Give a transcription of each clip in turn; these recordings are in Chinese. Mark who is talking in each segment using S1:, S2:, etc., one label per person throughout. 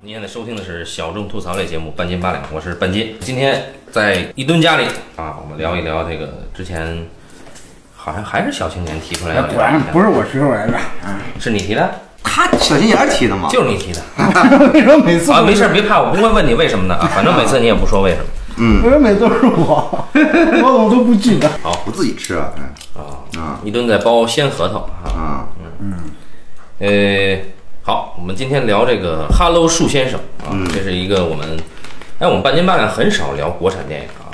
S1: 您现在收听的是小众吐槽类节目《半斤八两》，我是半斤。今天在一吨家里啊，我们聊一聊这个之前好像还是小青年提出来要
S2: 果然
S1: 聊，
S2: 不是我提出来的， 啊
S1: 是你提的，
S3: 他小心眼儿提的嘛，
S1: 就是你提的
S2: 为什么每次
S1: 啊，
S2: 都
S1: 没
S2: 是
S1: 事儿，别怕，我不会问你为什么的啊，反正每次你也不说为什么。
S2: 嗯为什么每次都是我？我怎么都不 记得？
S3: 我自己吃啊，嗯
S1: 啊，一吨在剥鲜核桃啊，
S3: 啊，
S2: 嗯
S1: 呃，好，我们今天聊这个《哈喽树先生》啊，
S2: 嗯
S1: 这是一个我们，哎，我们半斤八两很少聊国产电影啊，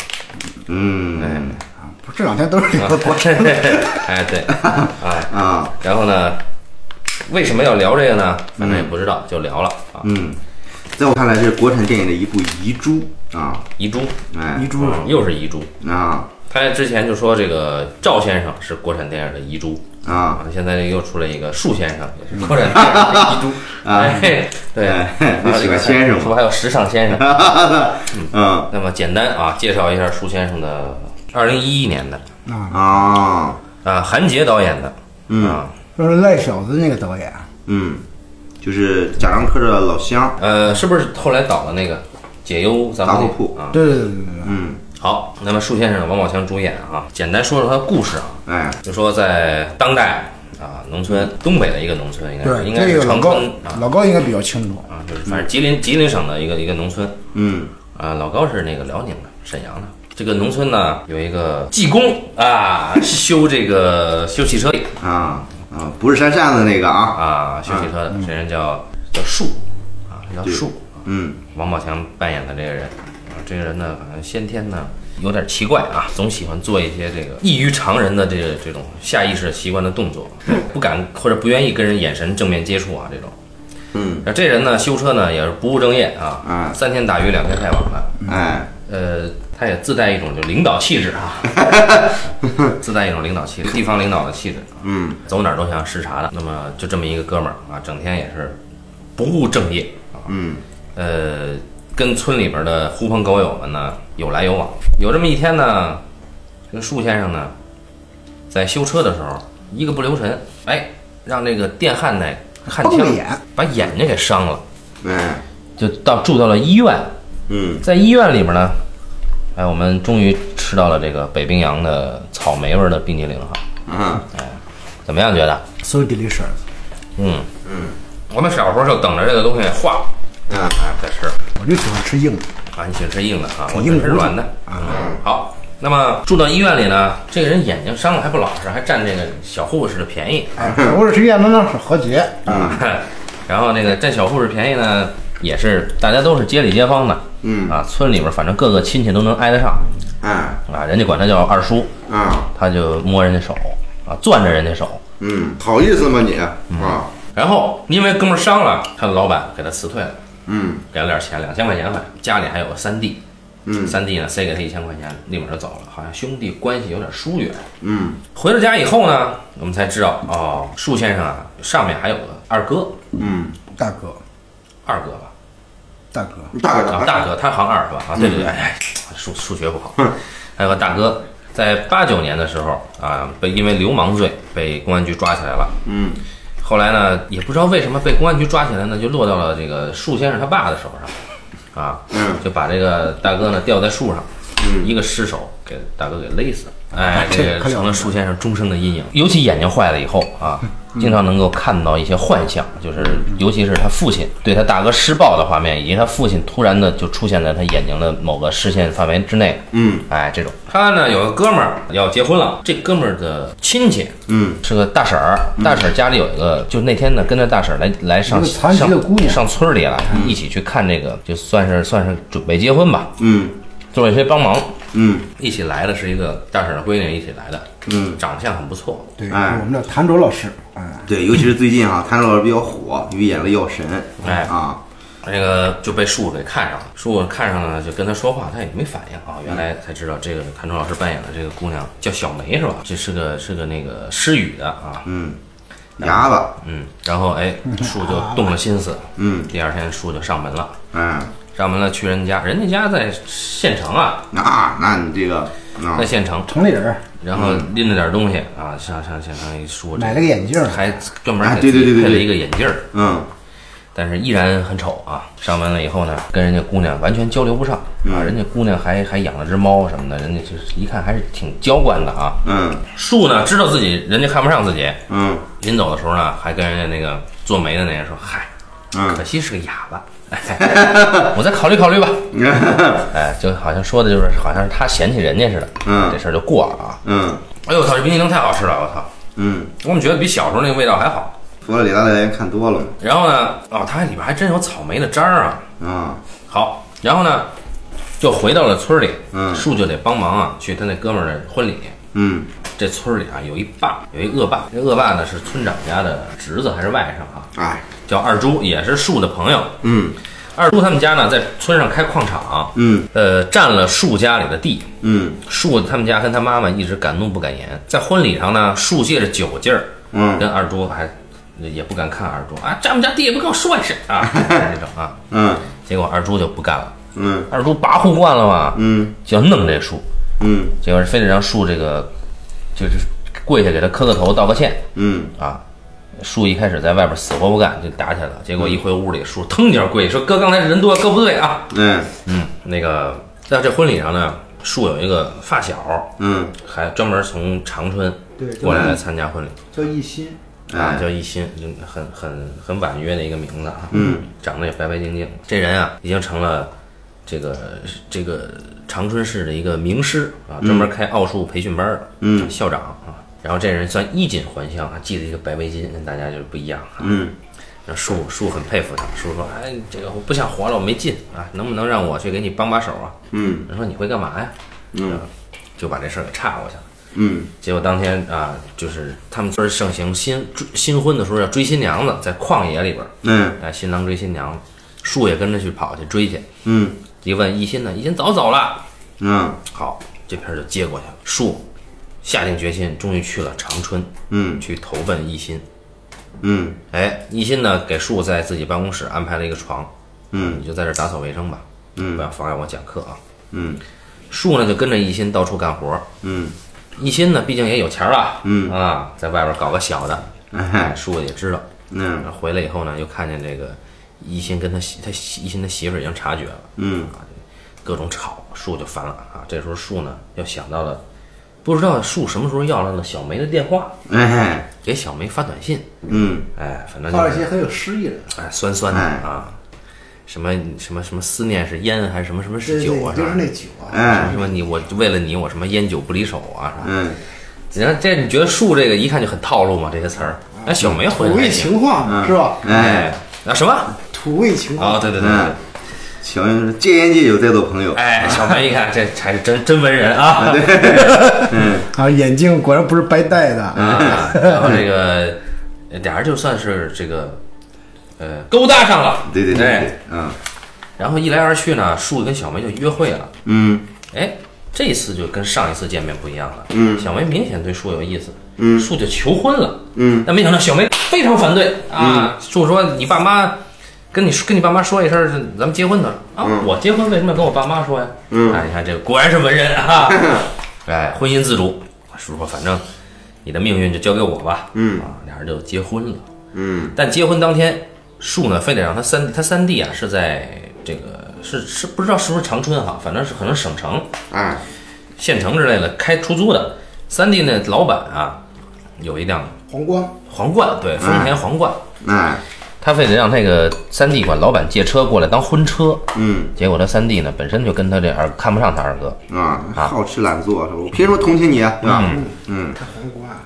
S3: 嗯，
S2: 不是这两天都 是聊的国产，
S1: 哎， 对，哎，
S3: 啊，
S1: 然后呢，为什么要聊这个呢？反正也不知道，就聊了啊。
S3: 嗯，在我看来，这是国产电影的一部遗珠啊，
S1: 遗珠，嗯
S3: 哎
S2: 遗，珠
S1: 又是遗珠。
S3: 啊
S1: 他之前就说这个赵先生是国产电影的遗珠
S3: 啊嗯
S1: 啊，现在又出了一个树先生，也是国产电影的遗珠。
S3: 啊，
S1: 哎，对，
S3: 哎
S1: 然后
S3: 你喜欢先生吗
S1: 是不是还有时尚先生？
S3: 嗯
S1: 那么简单啊，介绍一下舒先生的二零一一年的
S2: 啊，
S3: 啊，
S1: 啊，韩杰导演的，
S3: 嗯
S1: 啊，
S2: 说是赖小子那个导演，
S3: 嗯，就是贾樟柯的老乡，
S1: 呃，是不是后来导的那个《解忧杂货铺》啊？
S2: 对对对对对，
S3: 嗯，
S1: 好，那么舒先生、王宝强主演啊，简单说说他的故事啊，
S3: 哎，
S1: 就说在当代啊，农村东北的一个农村，应该是应
S2: 嗯对
S1: 该
S2: 这
S1: 是
S2: 个老
S1: 长
S2: 高
S1: 春啊
S2: 老高应该比较清楚，
S1: 啊，就是反正吉林吉林省的一个一个农村
S3: 嗯
S1: 啊，老高是那个辽宁的沈阳的。这个农村呢，有一个技工啊，修这个修汽车的
S3: 啊啊，不是扇扇子那个啊，
S1: 啊，修汽车的，
S2: 嗯
S1: 这人叫叫树啊，叫树。
S3: 嗯
S1: 王宝强扮演的这个人啊，这个人呢，反正先天呢有点奇怪啊，总喜欢做一些这个异于常人的这个这种下意识习惯的动作，不敢或者不愿意跟人眼神正面接触啊这种。
S3: 嗯，
S1: 那这人呢，修车呢也是不务正业啊，
S3: 嗯
S1: 三天打鱼两天晒网的。
S3: 哎，
S1: 呃，他也自带一种就领导气质啊，自带一种领导气质，地方领导的气质啊。
S3: 嗯
S1: 走哪儿都想视察的。那么就这么一个哥们儿啊，整天也是不务正业啊，
S3: 嗯
S1: 呃，跟村里边的狐朋狗友们呢有来有往。有这么一天呢，这个树先生呢，在修车的时候一个不留神，哎，让这个电焊那焊
S2: 崩
S1: 枪
S2: 了眼
S1: 把眼睛给伤了，
S3: 哎，
S1: 就到住到了医院。
S3: 嗯
S1: 在医院里边呢，哎，我们终于吃到了这个北冰洋的草莓味儿的冰激凌哈，
S3: 啊，
S1: 怎么样？觉得？
S2: ，so delicious，
S1: 嗯，我们小时候就等着这个东西化，
S3: 嗯
S1: 哎，再吃
S2: 我就喜欢吃硬的，
S1: 啊，你喜欢吃硬的啊，我
S2: 硬
S1: 喜欢吃
S2: 骨头
S1: 软的嗯，好，那么住到医院里呢，这个人眼睛伤了还不老实，还占这个小护士的便宜，
S2: 哎，我是吃燕子那是何洁，
S3: 嗯
S1: 然后那个占小护士便宜呢，也是大家都是街里街坊的，
S3: 嗯
S1: 啊，村里边反正各个亲戚都能挨得上
S3: 哎
S1: 啊，人家管他叫二叔，
S3: 啊。
S1: 他就摸人家手啊，攥着人家手，
S3: 嗯，好意思吗你啊？
S1: 然后因为哥们儿伤了，他的老板给他辞退了。
S3: 嗯
S1: 给了点钱，两千块钱反正家里还有个三弟，
S3: 嗯
S1: 三弟呢塞给他一千块钱，立马就走了，好像兄弟关系有点疏远。
S3: 嗯
S1: 回到家以后呢，我们才知道哦，树先生啊，上面还有个二哥，
S3: 嗯，
S2: 大哥
S1: 二哥吧，
S2: 大哥，
S3: 大哥
S1: 啊，大哥，他行二是吧？啊，对对
S3: 嗯
S1: 对，哎，数数学不好，还有个大哥，在八九年的时候啊，被因为流氓罪被公安局抓起来了。
S3: 嗯
S1: 后来呢，也不知道为什么被公安局抓起来呢，就落到了这个树先生他爸的手上，啊，
S3: 嗯
S1: 就把这个大哥呢吊在树上，一个失手给大哥给勒死了，哎，
S2: 嗯啊这
S1: 这
S2: 个
S1: 个
S2: 可了
S1: 成
S2: 不
S1: 了
S2: 得
S1: 树先生终生的阴影，尤其眼睛坏了以后啊，经常能够看到一些幻象，就是尤其是他父亲对他大哥施暴的画面，以及他父亲突然的就出现在他眼睛的某个视线范围之内，
S3: 嗯
S1: 哎，这种他呢有个哥们儿要结婚了，这哥们儿的亲戚
S3: 嗯
S1: 是个大婶儿，大婶儿家里有一个，就那天呢跟着大婶儿来来上
S2: 嗯一个残疾
S1: 上
S2: 的姑娘嗯
S1: 上村儿里来，一起去看这个，就算是算是准备结婚吧，
S3: 嗯
S1: 做一些帮忙。
S3: 嗯
S1: 一起来的是一个大婶儿的闺女，一起来的，
S3: 嗯，
S1: 长相很不错，
S2: 对，
S3: 哎
S2: 我们的谭卓老师，哎，
S3: 对，尤其是最近啊，谭老师比较火，因为演了《药神》
S1: 哎
S3: 啊，
S1: 那个就被树给看上了，树看上了就跟他说话，他也没反应啊。原来才知道这个谭冲老师扮演的这个姑娘叫小梅是吧？这是个是个那个失语的啊，
S3: 嗯，牙子，
S1: 嗯，然后哎，树就动了心思，
S3: 嗯
S1: 第二天树就上门了，
S3: 哎，
S1: 上门了去人家，人家家在县城啊，
S3: 那啊那你这个啊
S1: 在，县城，
S2: 城里人
S1: 然后
S3: 嗯
S1: 拎着点东西啊，上上县城一树这
S2: 买了个眼镜儿，
S1: 还专门
S3: 哎
S1: 给
S3: 对对
S1: 自己
S3: 对对
S1: 配了
S3: 对
S1: 一个眼镜儿。
S3: 嗯
S1: 但是依然很丑啊。上完了以后呢，跟人家姑娘完全交流不上
S3: 嗯
S1: 啊，人家姑娘还还养了只猫什么的，人家就是一看还是挺娇惯的啊。
S3: 嗯
S1: 树呢知道自己人家看不上自己，
S3: 嗯
S1: 临走的时候呢，还跟人家那个做媒的那人说：“嗨，可
S3: 嗯，
S1: 惜是个哑巴， 哎、我再考虑考虑吧。”哎，就好像说的就是好像是他嫌弃人家似的，
S3: 嗯
S1: 这事儿就过了啊。
S3: 嗯
S1: 哎呦我操，这冰激凌太好吃了，我操！
S3: 嗯，
S1: 我怎么觉得比小时候那个味道还好？
S3: 佛罗里达的人看多了嘛
S1: 然后呢，哦，它里边还真有草莓的渣儿啊。
S3: 啊，
S1: 好，然后呢，就回到了村儿里，
S3: 嗯
S1: 树就得帮忙啊，去他那哥们儿的婚礼。
S3: 嗯
S1: 这村儿里啊，有一霸，有一恶霸。这恶霸呢是村长家的侄子还是外甥啊？
S3: 哎
S1: 叫二猪，也是树的朋友。
S3: 嗯
S1: 二猪他们家呢，在村上开矿场，
S3: 嗯
S1: 呃，占了树家里的地。
S3: 嗯
S1: 树他们家跟他妈妈一直敢怒不敢言，在婚礼上呢，树借着酒劲儿，
S3: 嗯
S1: 跟二猪还也不敢看二猪啊，占我们家地也不跟我说一声啊，那种啊。
S3: 嗯
S1: 结果二猪就不干了，
S3: 嗯
S1: 二猪跋扈惯了嘛，
S3: 嗯
S1: 就要弄这树，
S3: 嗯
S1: 结果非得让树这个就是跪下给他磕个头道个歉
S3: 嗯
S1: 啊。树一开始在外边死活不干，就打起来了。结果一回屋里，树腾一下跪，说：“哥，刚才人多，哥不对啊。
S3: 嗯”
S1: 嗯，那个在这婚礼上呢，树有一个发小，
S3: 嗯
S1: 还专门从长春
S2: 对就
S1: 过来来参加婚礼
S2: 叫一心，
S1: 啊，
S3: 哎
S1: 叫一心，就很很很婉约的一个名字啊。
S3: 嗯，
S1: 长得也白白净净。这人啊，已经成了这个这个长春市的一个名师啊，专门开奥数培训班的，
S3: 嗯，
S1: 校长啊。然后这人算衣锦还乡，还啊系了一个白围巾，跟大家就不一样啊。
S3: 嗯
S1: 那树树很佩服他，树说：“哎，这个我不想活了，我没劲啊，能不能让我去给你帮把手啊？”
S3: 嗯
S1: 人说：“你会干嘛呀？”
S3: 嗯，
S1: 就把这事儿给岔过去了。
S3: 嗯
S1: 结果当天啊，就是他们村儿盛行新追新婚的时候要追新娘子，在旷野里边儿，
S3: 嗯
S1: 哎，新郎追新娘，树也跟着去跑去追去。
S3: 嗯
S1: 一问一心呢，一心早走了。
S3: 嗯
S1: 好，这片儿就接过去了。树下定决心，终于去了长春，
S3: 嗯
S1: 去投奔一心。
S3: 嗯
S1: 哎，一心呢给树在自己办公室安排了一个床，
S3: 嗯
S1: 你就在这儿打扫卫生吧，
S3: 嗯
S1: 不要妨碍我讲课啊。
S3: 嗯
S1: 树呢就跟着一心到处干活儿，
S3: 嗯，
S1: 一心呢毕竟也有钱儿了，
S3: 嗯
S1: 啊，在外边搞个小的，哎，
S3: 哎
S1: 树也知道。
S3: 嗯
S1: 回来以后呢，又看见这个一心跟他媳他媳一心他媳妇儿已经察觉了，啊
S3: 嗯
S1: 各种吵，树就烦了啊。这时候树呢又想到了，不知道树什么时候要来了小梅的电话，
S3: 哎
S1: 给小梅发短信，
S3: 嗯
S1: 哎，反正
S2: 发
S1: 就
S2: 了一些
S1: 是
S2: 很有诗意的，
S1: 哎酸酸的
S3: 哎
S1: 啊，什么什么什么思念是烟还是什么什么
S2: 对
S1: 是
S2: 对，
S1: 酒啊
S2: 就
S1: 啥
S2: 是
S1: 的
S2: 那。酒啊，
S1: 什么
S3: 哎
S1: 什么你我为了你我什么烟酒不离手啊啥的，
S3: 嗯
S1: 你看这你觉得树这个一看就很套路嘛这些词儿，
S3: 嗯
S1: 哎小梅回来
S2: 土味
S1: 也行
S2: 情话嘛，是吧？
S1: 哎
S3: 哎，
S1: 啊什么
S2: 土味情
S1: 啊
S2: 话，
S1: 对对对对
S3: 嗯，小人说戒烟戒酒再做朋友，啊
S1: 哎小梅一看这才是真真文人啊，
S2: 啊，眼镜果然不是白戴 的，
S1: 啊，然后这个呃俩人就算是这个呃勾搭上了，
S3: 对对对
S1: 哎
S3: 对，嗯
S1: 然后一来二去呢，树跟小梅就约会了，
S3: 嗯
S1: 哎，这一次就跟上一次见面不一样了，嗯，小梅明显对树有意思，
S3: 嗯
S1: 树就求婚了，
S3: 嗯
S1: 但没想到小梅非常反对啊，树说你爸妈。跟你说跟你爸妈说一声，咱们结婚的啊！
S3: 嗯
S1: 我结婚为什么要跟我爸妈说呀？嗯，哎，你看这个果然是文人 啊！哎，婚姻自主，树说反正你的命运就交给我吧。
S3: 嗯
S1: 啊，俩人就结婚了。
S3: 嗯
S1: 但结婚当天，树呢非得让他三他三弟啊是在这个是是不知道是不是长春哈、反正是可能省城、
S3: 哎
S1: 县城之类的开出租的。三弟那老板啊，有一辆
S2: 黄光，
S1: 皇冠，对，丰田皇冠，
S3: 哎
S1: 他非得让那个三弟管老板借车过来当婚车。
S3: 嗯
S1: 结果他三弟呢，本身就跟他这二看不上他二哥，
S3: 啊，好吃懒做是吧？我凭什么同情你啊？对吧？嗯
S2: 看黄光啊，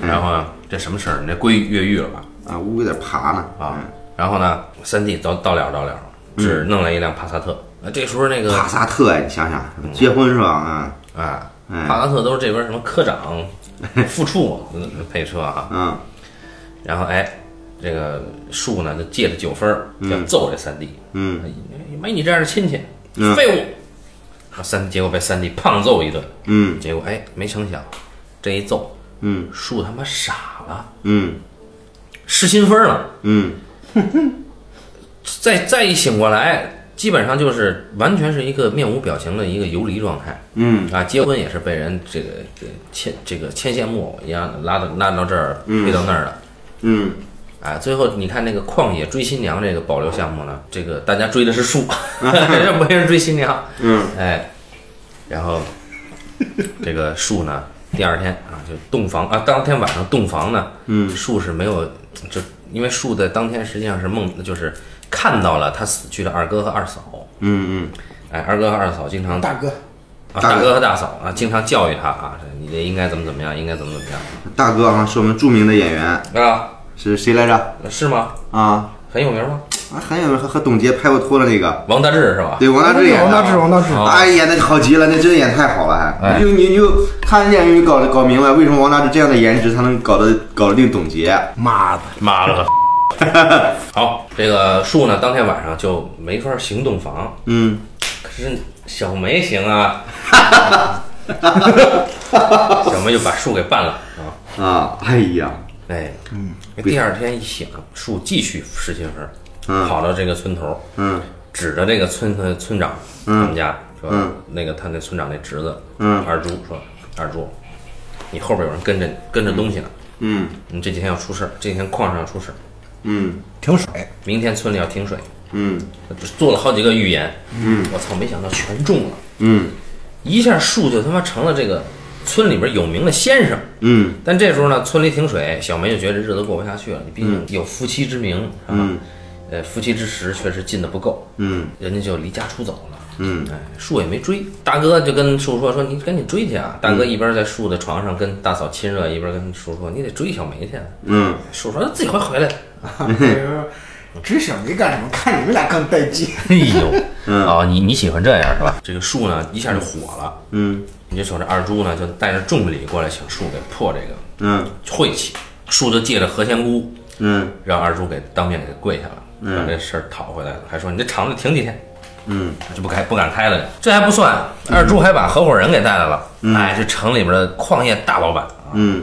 S1: 然后呢，这什么事儿？你这闺女越狱了吧？
S3: 啊，乌龟在爬呢
S1: 啊，然后呢，三弟到到了到了，只弄来一辆帕萨特。那这时候那个
S3: 帕萨特哎，你想想，结婚是吧？啊
S1: 啊，
S3: 嗯
S1: 帕萨特都是这边什么科长、副 处嗯配车啊。
S3: 嗯
S1: 然后哎，这个树呢就借着酒疯儿要揍这三弟，
S3: 嗯
S1: 哎没你这样的亲戚，
S3: 嗯
S1: 废物。啊三结果被三弟胖揍一顿，
S3: 嗯
S1: 结果哎没成想，这一揍
S3: 嗯
S1: 树他妈傻了，
S3: 嗯
S1: 失心疯了，
S3: 嗯
S1: 再再一醒过来，基本上就是完全是一个面无表情的一个游离状态。
S3: 嗯
S1: 啊，结婚也是被人这个这个牵这个牵线木偶一样的拉到拉到这儿推到那儿的，
S3: 嗯
S1: 啊，最后你看那个旷野追新娘这个保留项目呢，这个大家追的是树， 这没人追新娘，
S3: 嗯，
S1: 哎，然后这个树呢，第二天啊就洞房啊，当天晚上洞房呢，
S3: 嗯，
S1: 树是没有，就因为树在当天实际上是梦，就是看到了他死去的二哥和二嫂，
S3: 嗯
S1: 哎，二哥和二嫂经常
S2: 大哥，
S1: 啊，
S3: 大
S1: 大
S3: 哥
S1: 哥和大嫂啊，经常教育他啊，你这应该怎么怎么样，应该怎么怎么样
S3: 嗯，大哥啊，是我们著名的演员，
S1: 啊？
S3: 是谁来着？
S1: 是吗？
S3: 啊，
S1: 很有名吗？
S3: 啊，还有和和董洁拍过拖的那个，
S1: 王大治是吧？
S3: 对，王大治演的。
S2: 王大治，王大治，
S1: 啊
S3: 哎呀，那好极了，那真演太好了，还、
S1: 哎
S3: 你就你就看人家就搞搞明白为什么王大治这样的颜值，他能搞得搞得定董洁。
S2: 妈的，
S1: 妈了个！ 好，这个树呢，当天晚上就没法行洞房，
S3: 嗯，
S1: 可是小梅行 啊，小梅就把树给办了啊。
S3: 啊，哎呀，
S1: 哎，嗯，第二天一想，树继续失心疯，
S3: 嗯
S1: 跑到这个村头，
S3: 嗯
S1: 指着这个村村村长他们家说，
S3: 嗯
S1: 那个他那村长那侄子，
S3: 嗯
S1: 二猪说，二猪，你后边有人跟着跟着东西呢，
S3: 嗯
S1: 你这几天要出事儿，这几天矿上要出事儿，
S3: 嗯
S2: 停水，
S1: 明天村里要停水，
S3: 嗯
S1: 做了好几个预言，嗯，我操，没想到全中了，
S3: 嗯
S1: 一下树就他妈成了这个村里边有名的先生。
S3: 嗯
S1: 但这时候呢，村里停水，小梅就觉得日子过不下去了。你毕
S3: 嗯
S1: 竟有夫妻之名，是吧？呃，夫妻之实确实尽的不够，
S3: 嗯
S1: 人家就离家出走了。
S3: 嗯，
S1: 哎，树也没追，大哥就跟树说：“说你赶紧追去
S3: 嗯
S1: 啊！”大哥一边在树的床上跟大嫂亲热，一边跟树说：“你得追小梅去啊。
S3: 嗯，”
S1: 树说：“自己会回来的。
S2: 追小梅干什么？看你们俩更带劲。”
S1: 哎呦，
S3: 嗯
S1: 哦，你你喜欢这样是吧？这个树呢，一下就火了。
S3: 嗯
S1: 你就瞅这二猪呢，就带着重礼过来，请树给破这个
S3: 嗯
S1: 晦气。树就借着何仙姑
S3: 嗯
S1: 让二猪给当面给跪下了，把这事儿讨回来了，还说你这厂子停几天
S3: 嗯
S1: 就不开不敢开了。这还不算，二猪还把合伙人给带来了，哎，这城里边的矿业大老板啊，
S3: 嗯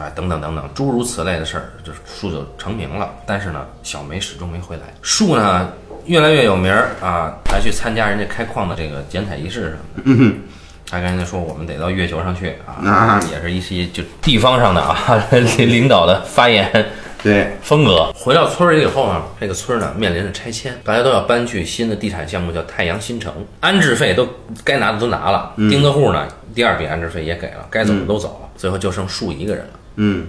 S1: 哎等等等等，诸如此类的事儿，这树就成名了。但是呢，小梅始终没回来。树呢越来越有名儿啊，还去参加人家开矿的这个剪彩仪式什么的。
S3: 嗯
S1: 还跟人家说我们得到月球上去啊，
S3: 啊
S1: 也是一些就地方上的啊 领领导的发言。
S3: 对，
S1: 风格。回到村儿里以后呢，这个村儿呢面临着拆迁，大家都要搬去新的地产项目，叫太阳新城。安置费都该拿的都拿了，
S3: 嗯
S1: 钉子户呢第二笔安置费也给了，该走的都走了，最后就剩树一个人了。
S3: 嗯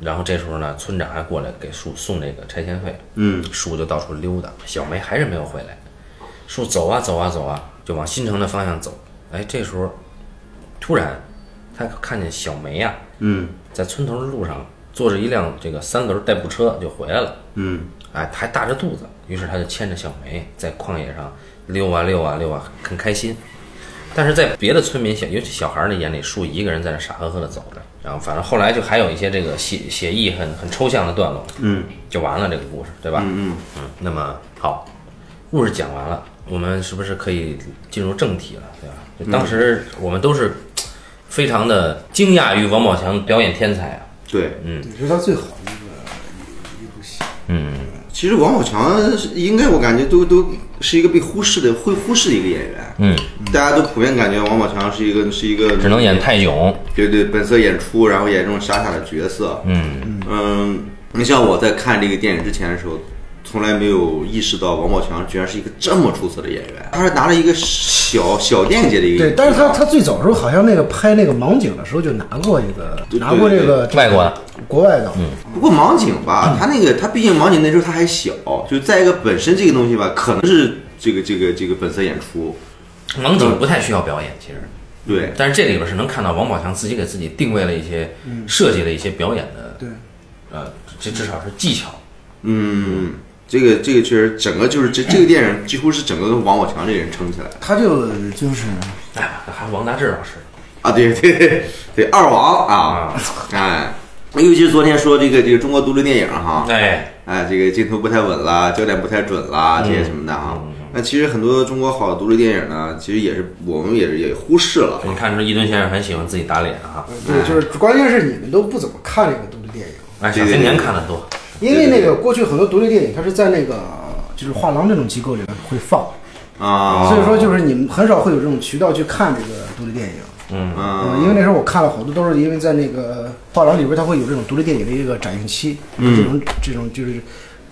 S1: 然后这时候呢，村长还过来给树送这个拆迁费，
S3: 嗯
S1: 树就到处溜达，小梅还是没有回来。树走啊走啊走啊，就往新城的方向走。哎，这时候突然他看见小梅呀、
S3: 嗯
S1: 在村头的路上坐着一辆这个三轮代步车就回来了。
S3: 嗯
S1: 哎，还大着肚子，于是他就牵着小梅在旷野上溜啊溜啊溜啊，很开心。但是在别的村民小，尤其小孩儿的眼里，树一个人在那傻呵呵的走着。然后，反正后来就还有一些这个写写意很很抽象的段落，
S3: 嗯
S1: 就完了这个故事，对吧？
S3: 嗯
S1: 嗯。那么好，故事讲完了，我们是不是可以进入正题了，对吧？就当时我们都是非常的惊讶于王宝强的表演天才啊，
S3: 对。
S2: 你是他最好的一个一部戏，
S3: 其实王宝强是应该我感觉都都是一个被忽视的会忽视的一个演员。
S1: 嗯，
S3: 大家都普遍感觉王宝强是一个是一个
S1: 只能演泰囧，
S3: 对对，本色演出，然后演这种傻傻的角色。
S1: 嗯
S3: 嗯，你像我在看这个电影之前的时候，从来没有意识到王宝强居然是一个这么出色的演员。他是拿了一个小小电影节的一个
S2: 对，但是他他最早的时候好像那个拍那个盲井的时候就拿过一个，
S3: 对
S2: 拿过这个
S1: 外国的嗯
S2: 国外的，
S3: 不过盲井吧，他那个他毕竟盲井那时候他还小，就再一个本身这个东西吧，可能是这个这个这个本色演出。
S1: 盲井不太需要表演，其实。
S3: 对，
S1: 但是这里边是能看到王宝强自己给自己定位了一些、设计了一些表演的，
S2: 嗯对，
S1: 呃，这至少是技巧。
S3: 嗯，这个这个确实，整个就是这这个电影几乎是整个跟王宝强这个人撑起来的
S2: 他就就是
S1: 哎呀，还有王大治老师，
S3: 啊！对对对，二王啊，哎，尤其是昨天说这个这个中国独立电影
S2: 啊
S3: 哈，
S1: 哎，
S3: 哎，这个镜头不太稳啦，焦点不太准啦，这些什么的哈。那其实很多中国好的独立电影呢，其实也是我们也是也忽视了。
S1: 你看出伊顿先生很喜欢自己打脸啊，
S2: 对，就是关键是你们都不怎么看这个独立电影，
S1: 哎，
S3: 对
S1: 小
S3: 对
S1: 青年
S3: 对
S1: 看的多，
S2: 因为那个过去很多独立电影它是在那个就是画廊这种机构里面会放，
S3: 啊，
S2: 所以说就是你们很少会有这种渠道去看这个独立电影。
S1: 嗯
S3: 嗯
S2: 嗯，因为那时候我看了好多，都是因为在那个画廊里边，它会有这种独立电影的一个展映期，
S3: 嗯
S2: 这种这种就是，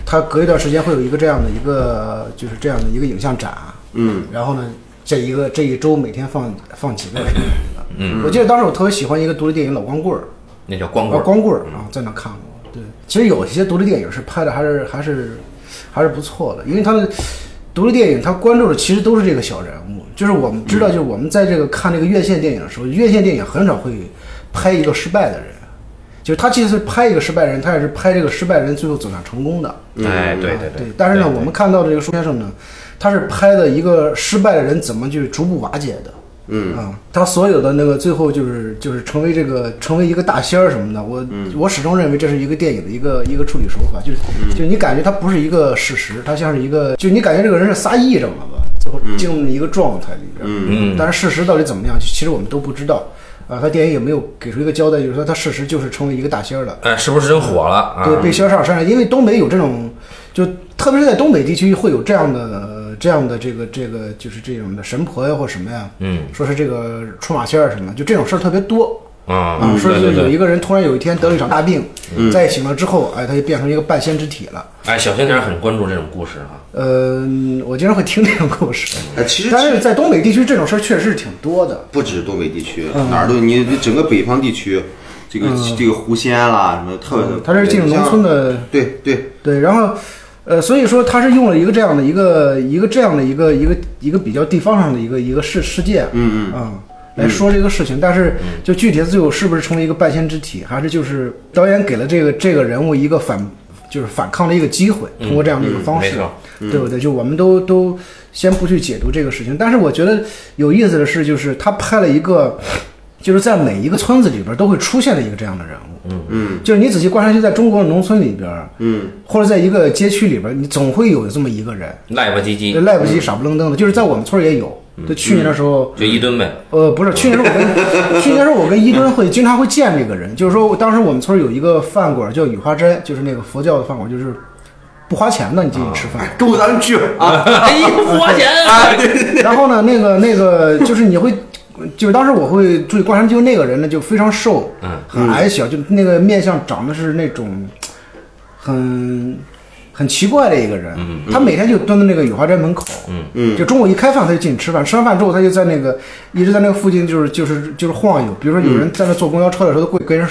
S2: 它隔一段时间会有一个这样的一个就是这样的一个影像展，
S3: 嗯，
S2: 然后呢，这一个这一周每天放放几个什么的，嗯，我记得当时我特别喜欢一个独立电影《老光棍儿》，
S1: 那叫光
S2: 啊，
S1: 棍。
S2: 光棍儿啊，在那看过。对，其实有一些独立电影是拍的还是还是还是不错的，因为他们独立电影他关注的其实都是这个小人物，就是我们知道，就是我们在这个看这个院线电影的时候，院线电影很少会拍一个失败的人，就是他即使拍一个失败人，他也是拍这个失败人最后走向成功的。
S1: 哎，对对
S2: 啊但是呢，我们看到这个书先生呢，他是拍的一个失败的人怎么去逐步瓦解的。嗯啊，他所有的那个最后就是就是成为这个成为一个大仙儿什么的，我、
S1: 嗯
S2: 我始终认为这是一个电影的一个一个处理手法，就是、就你感觉他不是一个事实，他像是一个就你感觉这个人是撒癔症了吧，最后进入了一个状态里边。
S1: 嗯
S2: 但是事实到底怎么样，其其实我们都不知道。啊，他电影也没有给出一个交代，就是说他事实就是成为一个大仙儿了。
S1: 哎，是不是真火了啊？
S2: 对，被销上山了。因为东北有这种，就特别是在东北地区会有这样的、呃这样的这个这个，就是这种的神婆呀或什么呀，
S1: 嗯，
S2: 说是这个出马仙儿什么，就这种事儿特别多。
S1: 啊
S3: 嗯
S2: 啊，，说
S1: 对对
S2: 是有
S1: 对，
S2: 一个人突然有一天得了一场大病，再醒了之后，哎，他就变成一个半仙之体了。
S1: 哎，小青年很关注这种故事啊。
S2: 呃，我经常会听这种故事，
S3: 哎，其实
S2: 但是在东北地区这种事儿确实是挺多的。
S3: 不止东北地区，
S2: 嗯
S3: 哪儿都你你整个北方地区，这个这个狐仙啦什么特别
S2: 他嗯这是进入农村，的
S3: 嗯像对对，
S2: 对，然后，呃，所以说他是用了一个这样的一个一个这样的一个一个一个比较地方上的一个一个事事件，嗯嗯啊。来说这个事情，但是就具体的最后是不是成为一个半仙之体，还是就是导演给了这个这个人物一个反，就是反抗的一个机会，通过这样的一个方
S1: 没
S2: 式，
S1: 错
S2: 对不对？就我们都都先不去解读这个事情，但是我觉得有意思的是，就是他拍了一个，就是在每一个村子里边都会出现的一个这样的人物，
S3: 嗯
S2: 就是你仔细观察，就在中国的农村里边，
S3: 嗯
S2: 或者在一个街区里边，你总会有这么一个人，
S1: 赖吧唧
S3: 嗯
S1: 唧，
S2: 赖不唧傻不愣登的，就是在我们村儿也有。就去年的时
S3: 嗯
S2: 候，
S1: 就一吨呗。
S2: 呃，不是去年时候我 跟去年时候我跟一吨会经常会见这个人，就是说当时我们村儿有一个饭馆叫雨花斋，就是那个佛教的饭馆，就是不花钱的，你进去吃饭。
S3: 跟我咱们去
S2: 嗯
S3: 啊，
S1: 哎，不花钱啊！
S2: 然后呢，那个那个就是你会，就是当时我会注意观察，就是那个人呢就非常瘦，
S1: 嗯
S2: 很矮小，就那个面相长得是那种很很奇怪的一个人。他每天就蹲在那个雨花斋门口，
S3: 嗯
S2: 就中午一开饭他就进去吃饭，吃完饭之后他就在那个一直在那个附近就是就是就是晃悠，比如说有人
S3: 嗯
S2: 在那坐公交车的时候，他会跟人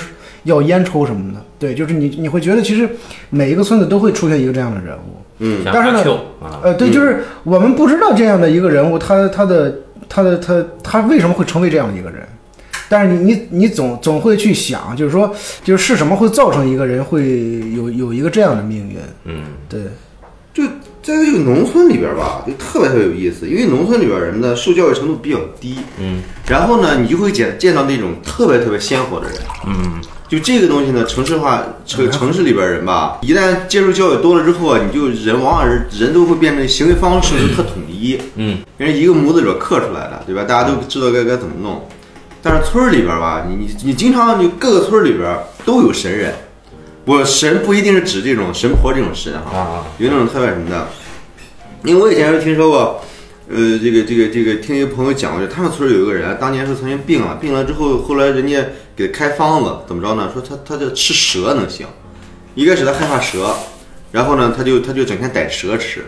S2: 要烟抽什么的。对，就是你你会觉得其实每一个村子都会出现一个这样的人物。
S3: 嗯
S1: 像
S2: 但是呢
S1: 阿 Q 啊，
S2: 呃，对，就是我们不知道这样的一个人物，他他的他的他他为什么会成为这样的一个人？但是你你你总总会去想，就是说，就是是什么会造成一个人会有有一个这样的命运？
S1: 嗯，
S2: 对，
S3: 就在这个农村里边吧，就特别特别有意思，因为农村里边人呢受教育程度比较低，
S1: 嗯，
S3: 然后呢你就会见见到那种特别特别鲜活的人，嗯，就这个东西呢，城市化这
S1: 嗯
S3: 个城市里边人吧，一旦接受教育多了之后啊，你就人往往是人都会变成行为方式就特统一，
S1: 嗯，
S3: 人一个模子里边刻出来的，对吧？大家都知道该该怎么弄，但是村儿里边吧，你你你经常你各个村儿里边都有神人，我神不一定是指这种神婆这种神哈，
S1: 啊
S3: 有那种特别什么的，因为我以前是听说过，呃，这个这个这个，听一个朋友讲过，就他们村儿有一个人，当年是曾经病了，病了之后，后来人家给他开方子，怎么着呢？说他他这吃蛇能行，一开始他害怕蛇，然后呢，他就他就整天逮蛇吃，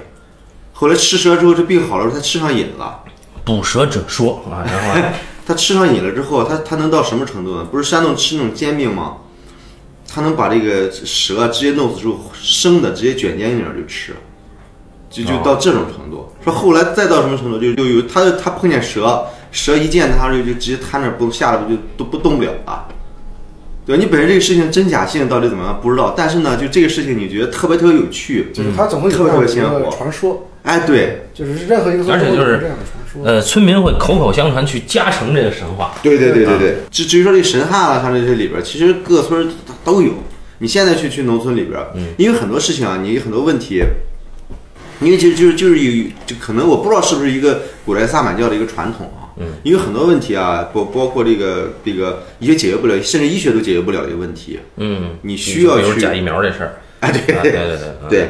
S3: 后来吃蛇之后，这病好了，他吃上瘾了。
S1: 捕蛇者说啊，然后 呢
S3: 他吃上瘾了之后，他他能到什么程度呢？不是山东吃那种煎饼吗？他能把这个蛇直接弄死之后，生的直接卷煎饼就吃，就
S2: 哦
S3: 就到这种程度。说后来再到什么程度，就就有他他碰见蛇，蛇一见他就就直接瘫那儿不下来就都不动不了了。对你本身这个事情真假性到底怎么样不知道，但是呢，就这个事情你觉得特别特别有趣，
S2: 就是他总会有
S3: 嗯特
S2: 这样的一
S3: 别特别鲜
S2: 个
S3: 活。
S2: 传说，
S3: 哎，对，
S2: 就是任何一个村
S1: 而且
S2: 都会有
S1: 就是
S2: 这样的传说。
S1: 呃，村民会口口相传去加成这个神话。
S3: 对对对对对，嗯至至于说这神汉啊，像这些里边儿，其实各村儿它都有。你现在去去农村里边儿，因为很多事情啊，你有很多问题，因为其实就是就是有就可能我不知道是不是一个古代萨满教的一个传统啊，因为很多问题啊，包包括这个这个医学解决不了，甚至医学都解决不了的一个问题，
S1: 嗯，
S3: 你需要
S1: 比如
S3: 去
S1: 假疫苗这事 儿。
S3: 哎，
S1: 啊对对对，
S3: 对，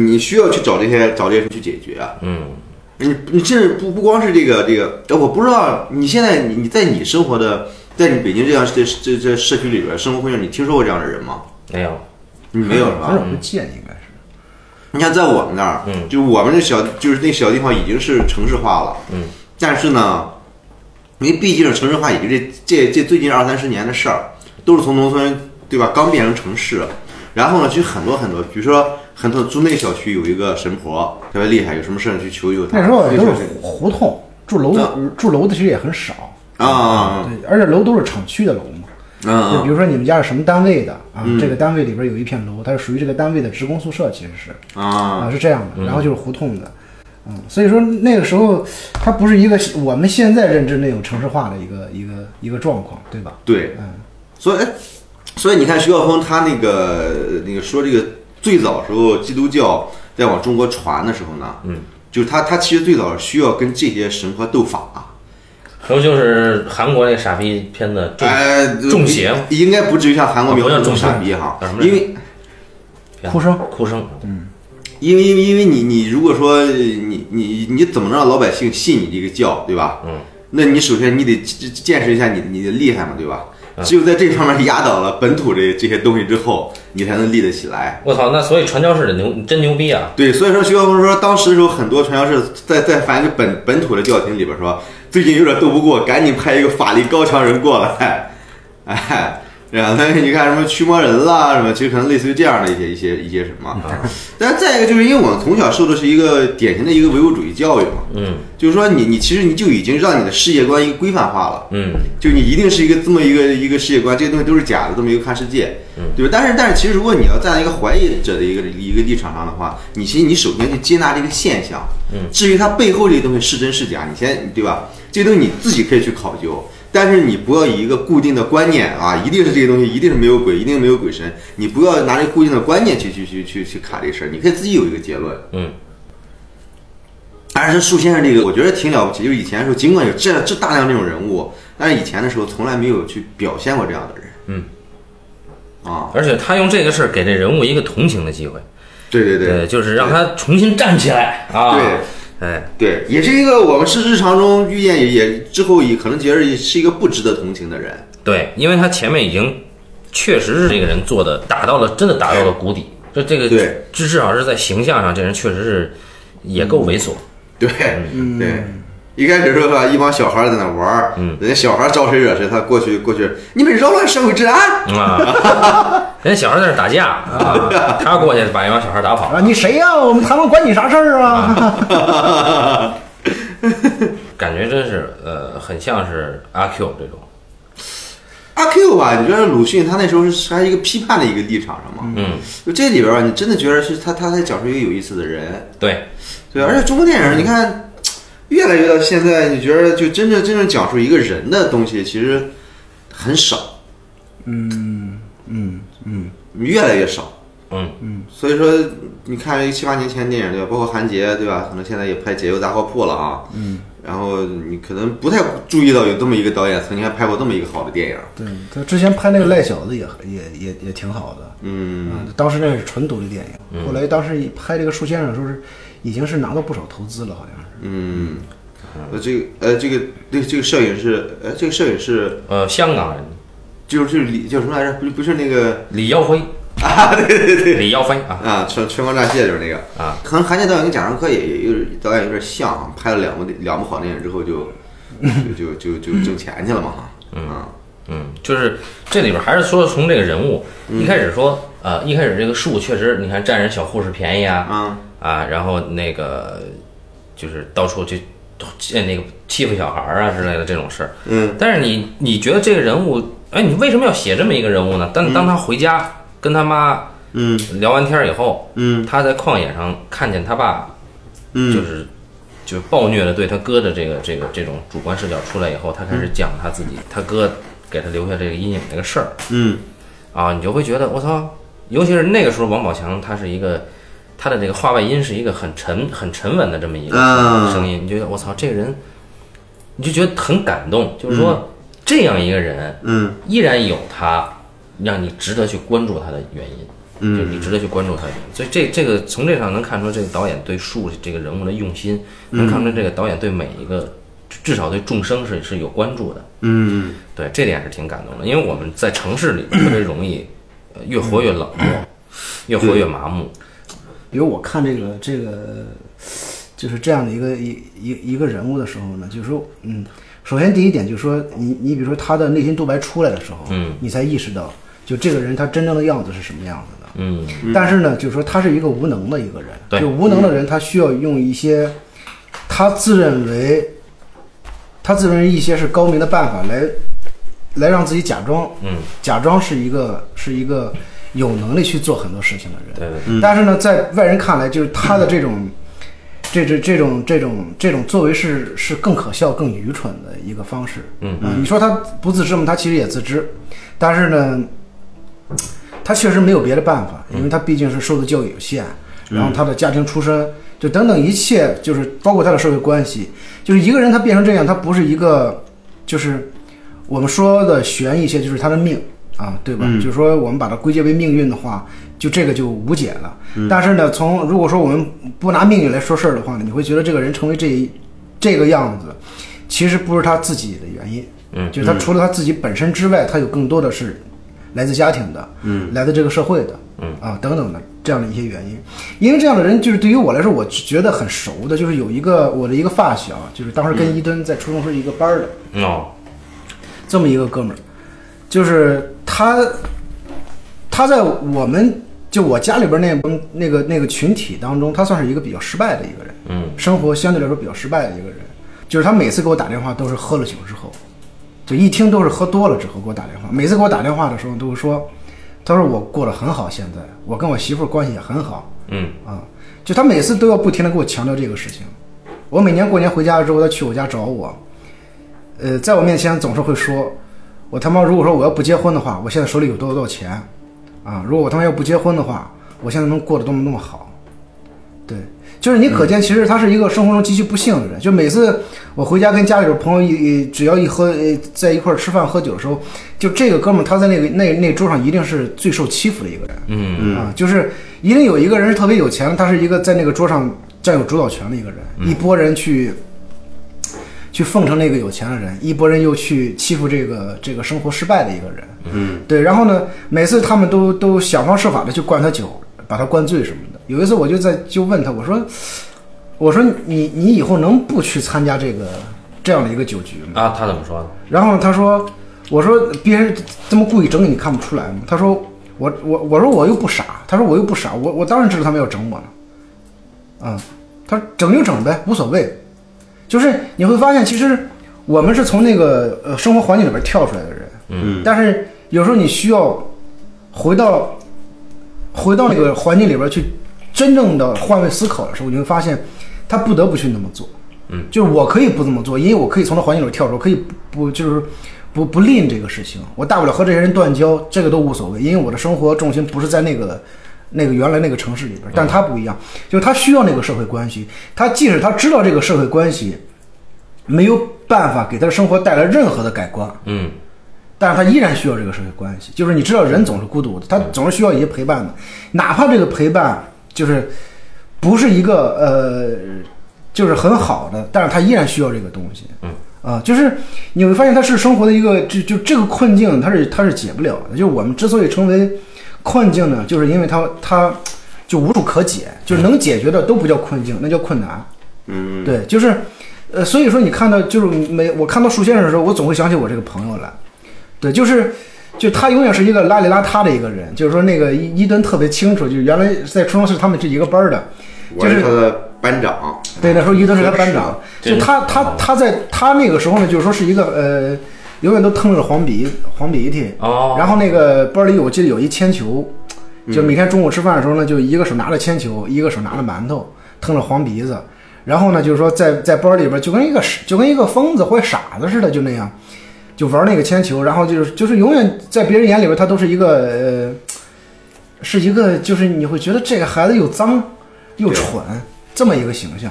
S3: 你需要去找这些找这些人去解决啊。
S1: 嗯，
S3: 你你这不不光是这个这个，呃我不知道你现在你你在你生活的，在你北京这样这这这社区里边生活环境，你听说过这样的人吗？
S1: 没有，
S3: 你没有是吧？
S2: 很少会见，应该是。
S3: 你看，在我们那儿，嗯，就我们那小，就是那小地方已经是城市化了，嗯，但是呢，因为毕竟是城市化，也就这这这最近二三十年的事儿，都是从农村对吧，刚变成城市，然后呢，其实很多很多，比如说很多住那小区有一个神婆特别厉害，有什么事儿去求求她。
S2: 那时候也都是
S3: 那小区
S2: 胡同，住楼的住楼的其实也很少，
S3: 啊，
S2: 对，而且楼都是厂区的楼嘛。
S3: 嗯
S2: 就比如说你们家是什么单位的啊？这个单位里边有一片楼，它是属于这个单位的职工宿舍，其实是
S3: 啊，
S2: 啊是这样的，然后就是胡同的，嗯，所以说那个时候它不是一个我们现在认知那种城市化的一个一个一个状况，对吧？
S3: 对，
S1: 嗯
S3: 所以哎所以你看徐晓峰他那个那个说这个最早时候基督教在往中国传的时候呢，嗯，就是他他其实最早需要跟这些神婆斗法，
S1: 不就是韩国那傻逼片子中
S3: 哎，
S1: 中邪
S3: 应应该不至于像韩国
S1: 啊
S3: 名
S1: 不叫
S3: 那么
S1: 中邪
S3: 傻逼哈
S1: 叫什，么来
S3: 因
S1: 着
S3: 为
S2: 哭声
S1: 哭声，
S3: 嗯因为因为因为你你如果说呃你你你怎么让老百姓信你这个教，对吧？嗯，那你首先你得见见识一下你你的厉害嘛，对吧？
S1: 嗯
S3: 只有在这方面压倒了本土这这些东西之后，你才能立得起来。
S1: 我操，那所以传教士得牛真牛逼啊！
S3: 对，所以说徐晓峰说，当时的时候很多传教士在在反正本本土的教廷里边说，最近有点斗不过，赶紧派一个法力高强人过来，哎，然后但是你看什么驱魔人啦，什么其实可能类似于这样的一些一些一些什么，啊但是再一个就是因为我们从小受的是一个典型的一个唯物主义教育嘛，
S1: 嗯
S3: 就是说你你其实你就已经让你的世界观一个规范化了。
S1: 嗯，
S3: 就你一定是一个这么一个一个世界观，这些东西都是假的，这么一个看世界，对吧？但是但是，其实如果你要站在一个怀疑者的一个一个立场上的话，你其实你首先去接纳这个现象，
S1: 嗯
S3: 至于它背后这些东西是真是假，你先对吧？这些东西你自己可以去考究，但是你不要以一个固定的观念啊，一定是这个东西，一定是没有鬼，一定没有鬼神，你不要拿这固定的观念去去去去去卡这事儿，你可以自己有一个结论，
S1: 嗯。
S3: 但是树先生这个，我觉得挺了不起。就是以前的时候，尽管有这这大量这种人物，但是以前的时候从来没有去表现过这样的人。
S1: 嗯，
S3: 啊，
S1: 而且他用这个事儿给这人物一个同情的机会，
S3: 对对
S1: 对，就是让他重新站起来啊！
S3: 对，
S1: 哎，
S3: 对，也是一个我们是日常中遇见也也之后也可能觉得也是一个不值得同情的人。
S1: 对，因为他前面已经确实是这个人做的打到了，真的打到了谷底。这这个
S3: 对，
S1: 至至少是在形象上，这人确实是也够猥琐。
S3: 对，对。一开始的时候吧，一帮小孩在那玩儿，人家小孩招谁惹谁，他过去过去，你们扰乱社会治安。
S1: 嗯啊， 人家小孩在那打架啊，他过去把一帮小孩打跑
S2: 啊，，你谁呀、我们谈论管你啥事儿
S3: 嗯
S2: 啊？
S1: 感觉真是呃，很像是阿 Q 这种。
S3: 阿 Q 吧，你觉得鲁迅他那时候是还是一个批判的一个立场上嘛？
S1: 嗯，
S3: 就这里边吧，你真的觉得是他他在讲述一个有意思的人，
S1: 对，
S3: 对，而且中国电影你看，越来越到现在，你觉得就真正真正讲述一个人的东西其实很少，嗯嗯嗯，越来越少。
S1: 嗯
S3: 所以说，你看七八年前的电影对吧？包括韩杰对吧？可能现在也拍《解忧杂货铺》了啊。嗯。然后你可能不太注意到有这么一个导演曾经还拍过这么一个好的电影。
S2: 对，他之前拍那个赖小子也也也也挺好的，
S3: 嗯，
S2: 嗯，当时那是纯独立电影，后来当时一拍这个树先生的时候是已经是拿到不少投资了，好像是。
S3: 嗯，呃，这个呃，这个这个这个摄影是，呃，这个摄影是
S1: 呃，香港人
S3: 就是就是李叫什么来着？不不是那个
S1: 李耀辉啊，对对对，李耀辉啊，
S3: 啊，春春光乍泄就是那个
S1: 啊，
S3: 可能韩建导演跟贾樟柯也也有导演有点像啊，拍了两部两部好电影之后就就就就就挣钱去了嘛，啊，
S1: 嗯，就是这里边还是说从这个人物一开始说，呃，一开始这个树确实，你看占人小护士便宜啊
S3: 啊
S1: 啊，然后那个就是到处去呃那个欺负小孩儿啊之类的这种事儿，
S3: 嗯
S1: 但是你你觉得这个人物，哎，你为什么要写这么一个人物呢？但当他回家跟他妈
S3: 嗯
S1: 聊完天儿以后，
S3: 嗯
S1: 他在旷野上看见他爸就
S3: 嗯，
S1: 是就是暴虐的对他哥的这个这个这种主观视角出来以后，他开始讲他自己他哥给他留下这个阴影这个事儿
S3: 嗯
S1: 啊，你就会觉得我操，尤其是那个时候王宝强他是一个他的这个话外音是一个很沉很沉稳的这么一个
S3: 啊
S1: 声音，你觉得我操这个人，你就觉得很感动，就是说这样一个人
S3: 嗯
S1: 依然有他让你值得去关注他的原因，就是你值得去关注他。所以这这个从这上能看出这个导演对树这个人物的用心，能看出这个导演对每一个至少对众生是是有关注的。
S3: 嗯，
S1: 对，这点是挺感动的，因为我们在城市里特别容易，呃，越活越冷漠，越活越麻木。
S2: 比如我看这个这个，就是这样的一个一一一个人物的时候呢，就是说，嗯，首先第一点就是说，你你比如说他的内心独白出来的时候，
S1: 嗯，
S2: 你才意识到，就这个人他真正的样子是什么样子的。
S1: 嗯，
S2: 但是呢，就是说他是一个无能的一个人，
S1: 对
S2: 就无能的人，他需要用一些他自认为他自认为一些是高明的办法来来让自己假装，
S1: 嗯，
S2: 假装是一个是一个有能力去做很多事情的人。
S1: 对对对，
S2: 但是呢，在外人看来，就是他的这种，这这这种这种这种作为是是更可笑、更愚蠢的一个方式。
S1: 嗯
S2: 啊你说他不自知吗？他其实也自知，但是呢，他确实没有别的办法，
S1: 嗯
S2: 因为他毕竟是受的教育有限，然后他的家庭出身，就等等一切，就是包括他的社会关系，就是一个人他变成这样，他不是一个，就是我们说的悬一些，就是他的命啊，对吧？就是说我们把它归结为命运的话，就这个就无解了。但是呢，从如果说我们不拿命运来说事儿的话呢，你会觉得这个人成为这一这个样子，其实不是他自己的原因，
S1: 嗯
S2: 就是他除了他自己本身之外，他有更多的是来自家庭的，嗯，来自这个社会的，嗯啊等等的这样的一些原因。因为这样的人，就是对于我来说，我觉得很熟的，就是有一个我的一个发小，就是当时跟伊敦在初中是一个班儿的，
S1: 嗯哦，
S2: 这么一个哥们儿，就是他，他在我们就我家里边那帮那个那个群体当中，他算是一个比较失败的一个人，
S1: 嗯，
S2: 生活相对来说比较失败的一个人，就是他每次给我打电话都是喝了酒之后，就一听都是喝多了之后给我打电话，每次给我打电话的时候都会说，他说我过得很好，现在我跟我媳妇儿关系也很好，
S1: 嗯
S2: 啊，就他每次都要不停的给我强调这个事情。我每年过年回家了之后，他去我家找我，呃，在我面前总是会说，我他妈如果说我要不结婚的话，我现在手里有多少多少钱，啊，如果我他妈要不结婚的话，我现在能过得多么多么好，对，就是你可见，其实他是一个生活中极其不幸的人。就每次我回家跟家里边朋友一只要一喝，呃在一块儿吃饭喝酒的时候，就这个哥们儿他在那个那那桌上一定是最受欺负的一个人。
S1: 嗯
S2: 啊，就是一定有一个人是特别有钱的，他是一个在那个桌上占有主导权的一个人，一拨人去去奉承那个有钱的人，一拨人又去欺负这个这个生活失败的一个人，嗯，对，然后呢，每次他们都都想方设法的去灌他酒，把他灌醉什么的。有一次我就在就问他，我说我说你你以后能不去参加这个这样的一个酒局吗？
S1: 啊，他怎么说的？
S2: 然后他说：“我说别人这么故意整你，你看不出来吗？”他说：“我我我说我又不傻。”他说：“我又不傻，我我当然知道他们要整我了。”嗯，他说整就整呗，无所谓。就是你会发现，其实我们是从那个呃生活环境里边跳出来的人，
S3: 嗯，
S2: 但是有时候你需要回到回到那个环境里边去，真正的换位思考的时候，你会发现他不得不去那么做。
S1: 嗯，
S2: 就是我可以不这么做，因为我可以从这环境里边跳出，我可以不就是不不吝这个事情，我大不了和这些人断交，这个都无所谓，因为我的生活重心不是在那个。 那个原来那个城市里边，但他不一样，就是他需要那个社会关系。他即使他知道这个社会关系没有办法给他的生活带来任何的改观，
S1: 嗯
S2: 但是他依然需要这个社会关系，就是你知道人总是孤独的，他总是需要一些陪伴的，哪怕这个陪伴就是不是一个呃，就是很好的，但是他依然需要这个东西。嗯啊，就是你会发现他是生活的一个就就这个困境，他是他是解不了的。就是我们之所以成为困境呢，就是因为他他就无处可解，就是能解决的都不叫困境，那叫困难。
S3: 嗯，
S2: 对，就是，呃，所以说你看到就是每我看到树先生的时候，我总会想起我这个朋友来，对，就是，就他永远是一个邋里邋遢的一个人，就是说那个伊伊敦特别清楚，就是原来在初中是他们是一个班儿的，
S3: 我是他的班长。
S2: 对，那时候伊顿是他班长，
S1: 真
S2: 就是他他
S1: 哦
S2: 他在他那个时候呢，就是说是一个呃，永远都腾着黄鼻黄鼻涕，
S1: 哦
S2: 然后那个班里我记得有一铅球，就每天中午吃饭的时候呢，就一个手拿着铅球，一个手拿着馒头，腾着黄鼻子，然后呢，就是说在在班里边就跟一个就跟一个疯子或者傻子似的，就那样，就玩那个铅球，然后就是就是永远在别人眼里边他都是一个呃，是一个就是你会觉得这个孩子又脏又
S3: 对
S2: 蠢这么一个形象。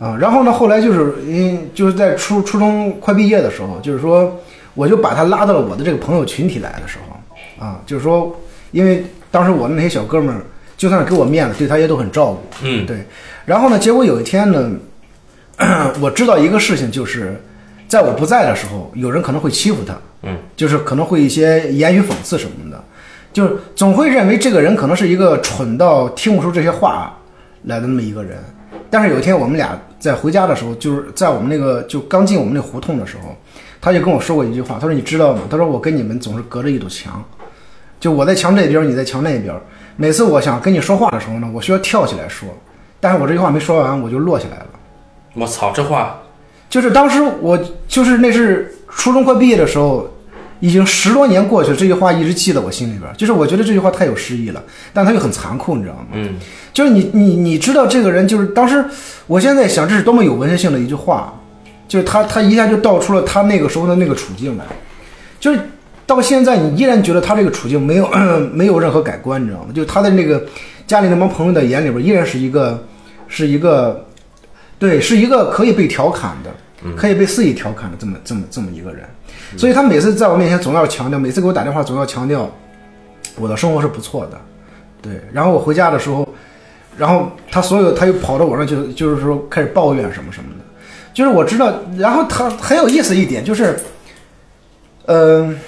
S2: 啊，然后呢，后来就是嗯，就是在初初中快毕业的时候，就是说，我就把他拉到了我的这个朋友群体来的时候，啊，就是说，因为当时我那些小哥们儿，就算是给我面子，对他也都很照顾。
S1: 嗯，
S2: 对。然后呢，结果有一天呢， 我知道一个事情，就是在我不在的时候，有人可能会欺负他，
S1: 嗯，
S2: 就是可能会一些言语讽刺什么的，就是总会认为这个人可能是一个蠢到听不出这些话来的那么一个人。但是有一天我们俩在回家的时候，就是在我们那个就刚进我们那胡同的时候，他就跟我说过一句话，他说你知道吗？他说我跟你们总是隔着一堵墙，就我在墙这边，你在墙那边。每次我想跟你说话的时候呢，我需要跳起来说，但是我这句话没说完，我就落下来了。
S1: 我操，这话
S2: 就是当时我就是那是初中快毕业的时候，已经十多年过去了，这句话一直记在我心里边儿。就是我觉得这句话太有诗意了，但它又很残酷，你知道吗？
S1: 嗯，
S2: 就是你你你知道这个人，就是当时我现在想，这是多么有文学性的一句话，就是他他一下就道出了他那个时候的那个处境来，就是。到现在，你依然觉得他这个处境没有 没有任何改观，你知道吗？就是他的那个家里那帮朋友的眼里边，依然是一个是一个对，是一个可以被调侃的，可以被肆意调侃的这么这么这么一个人，所以他每次在我面前总要强调，每次给我打电话总要强调，我的生活是不错的，对。然后我回家的时候，然后他所有他又跑到我那儿就就是说开始抱怨什么什么的，就是我知道。然后他很有意思一点就是，嗯、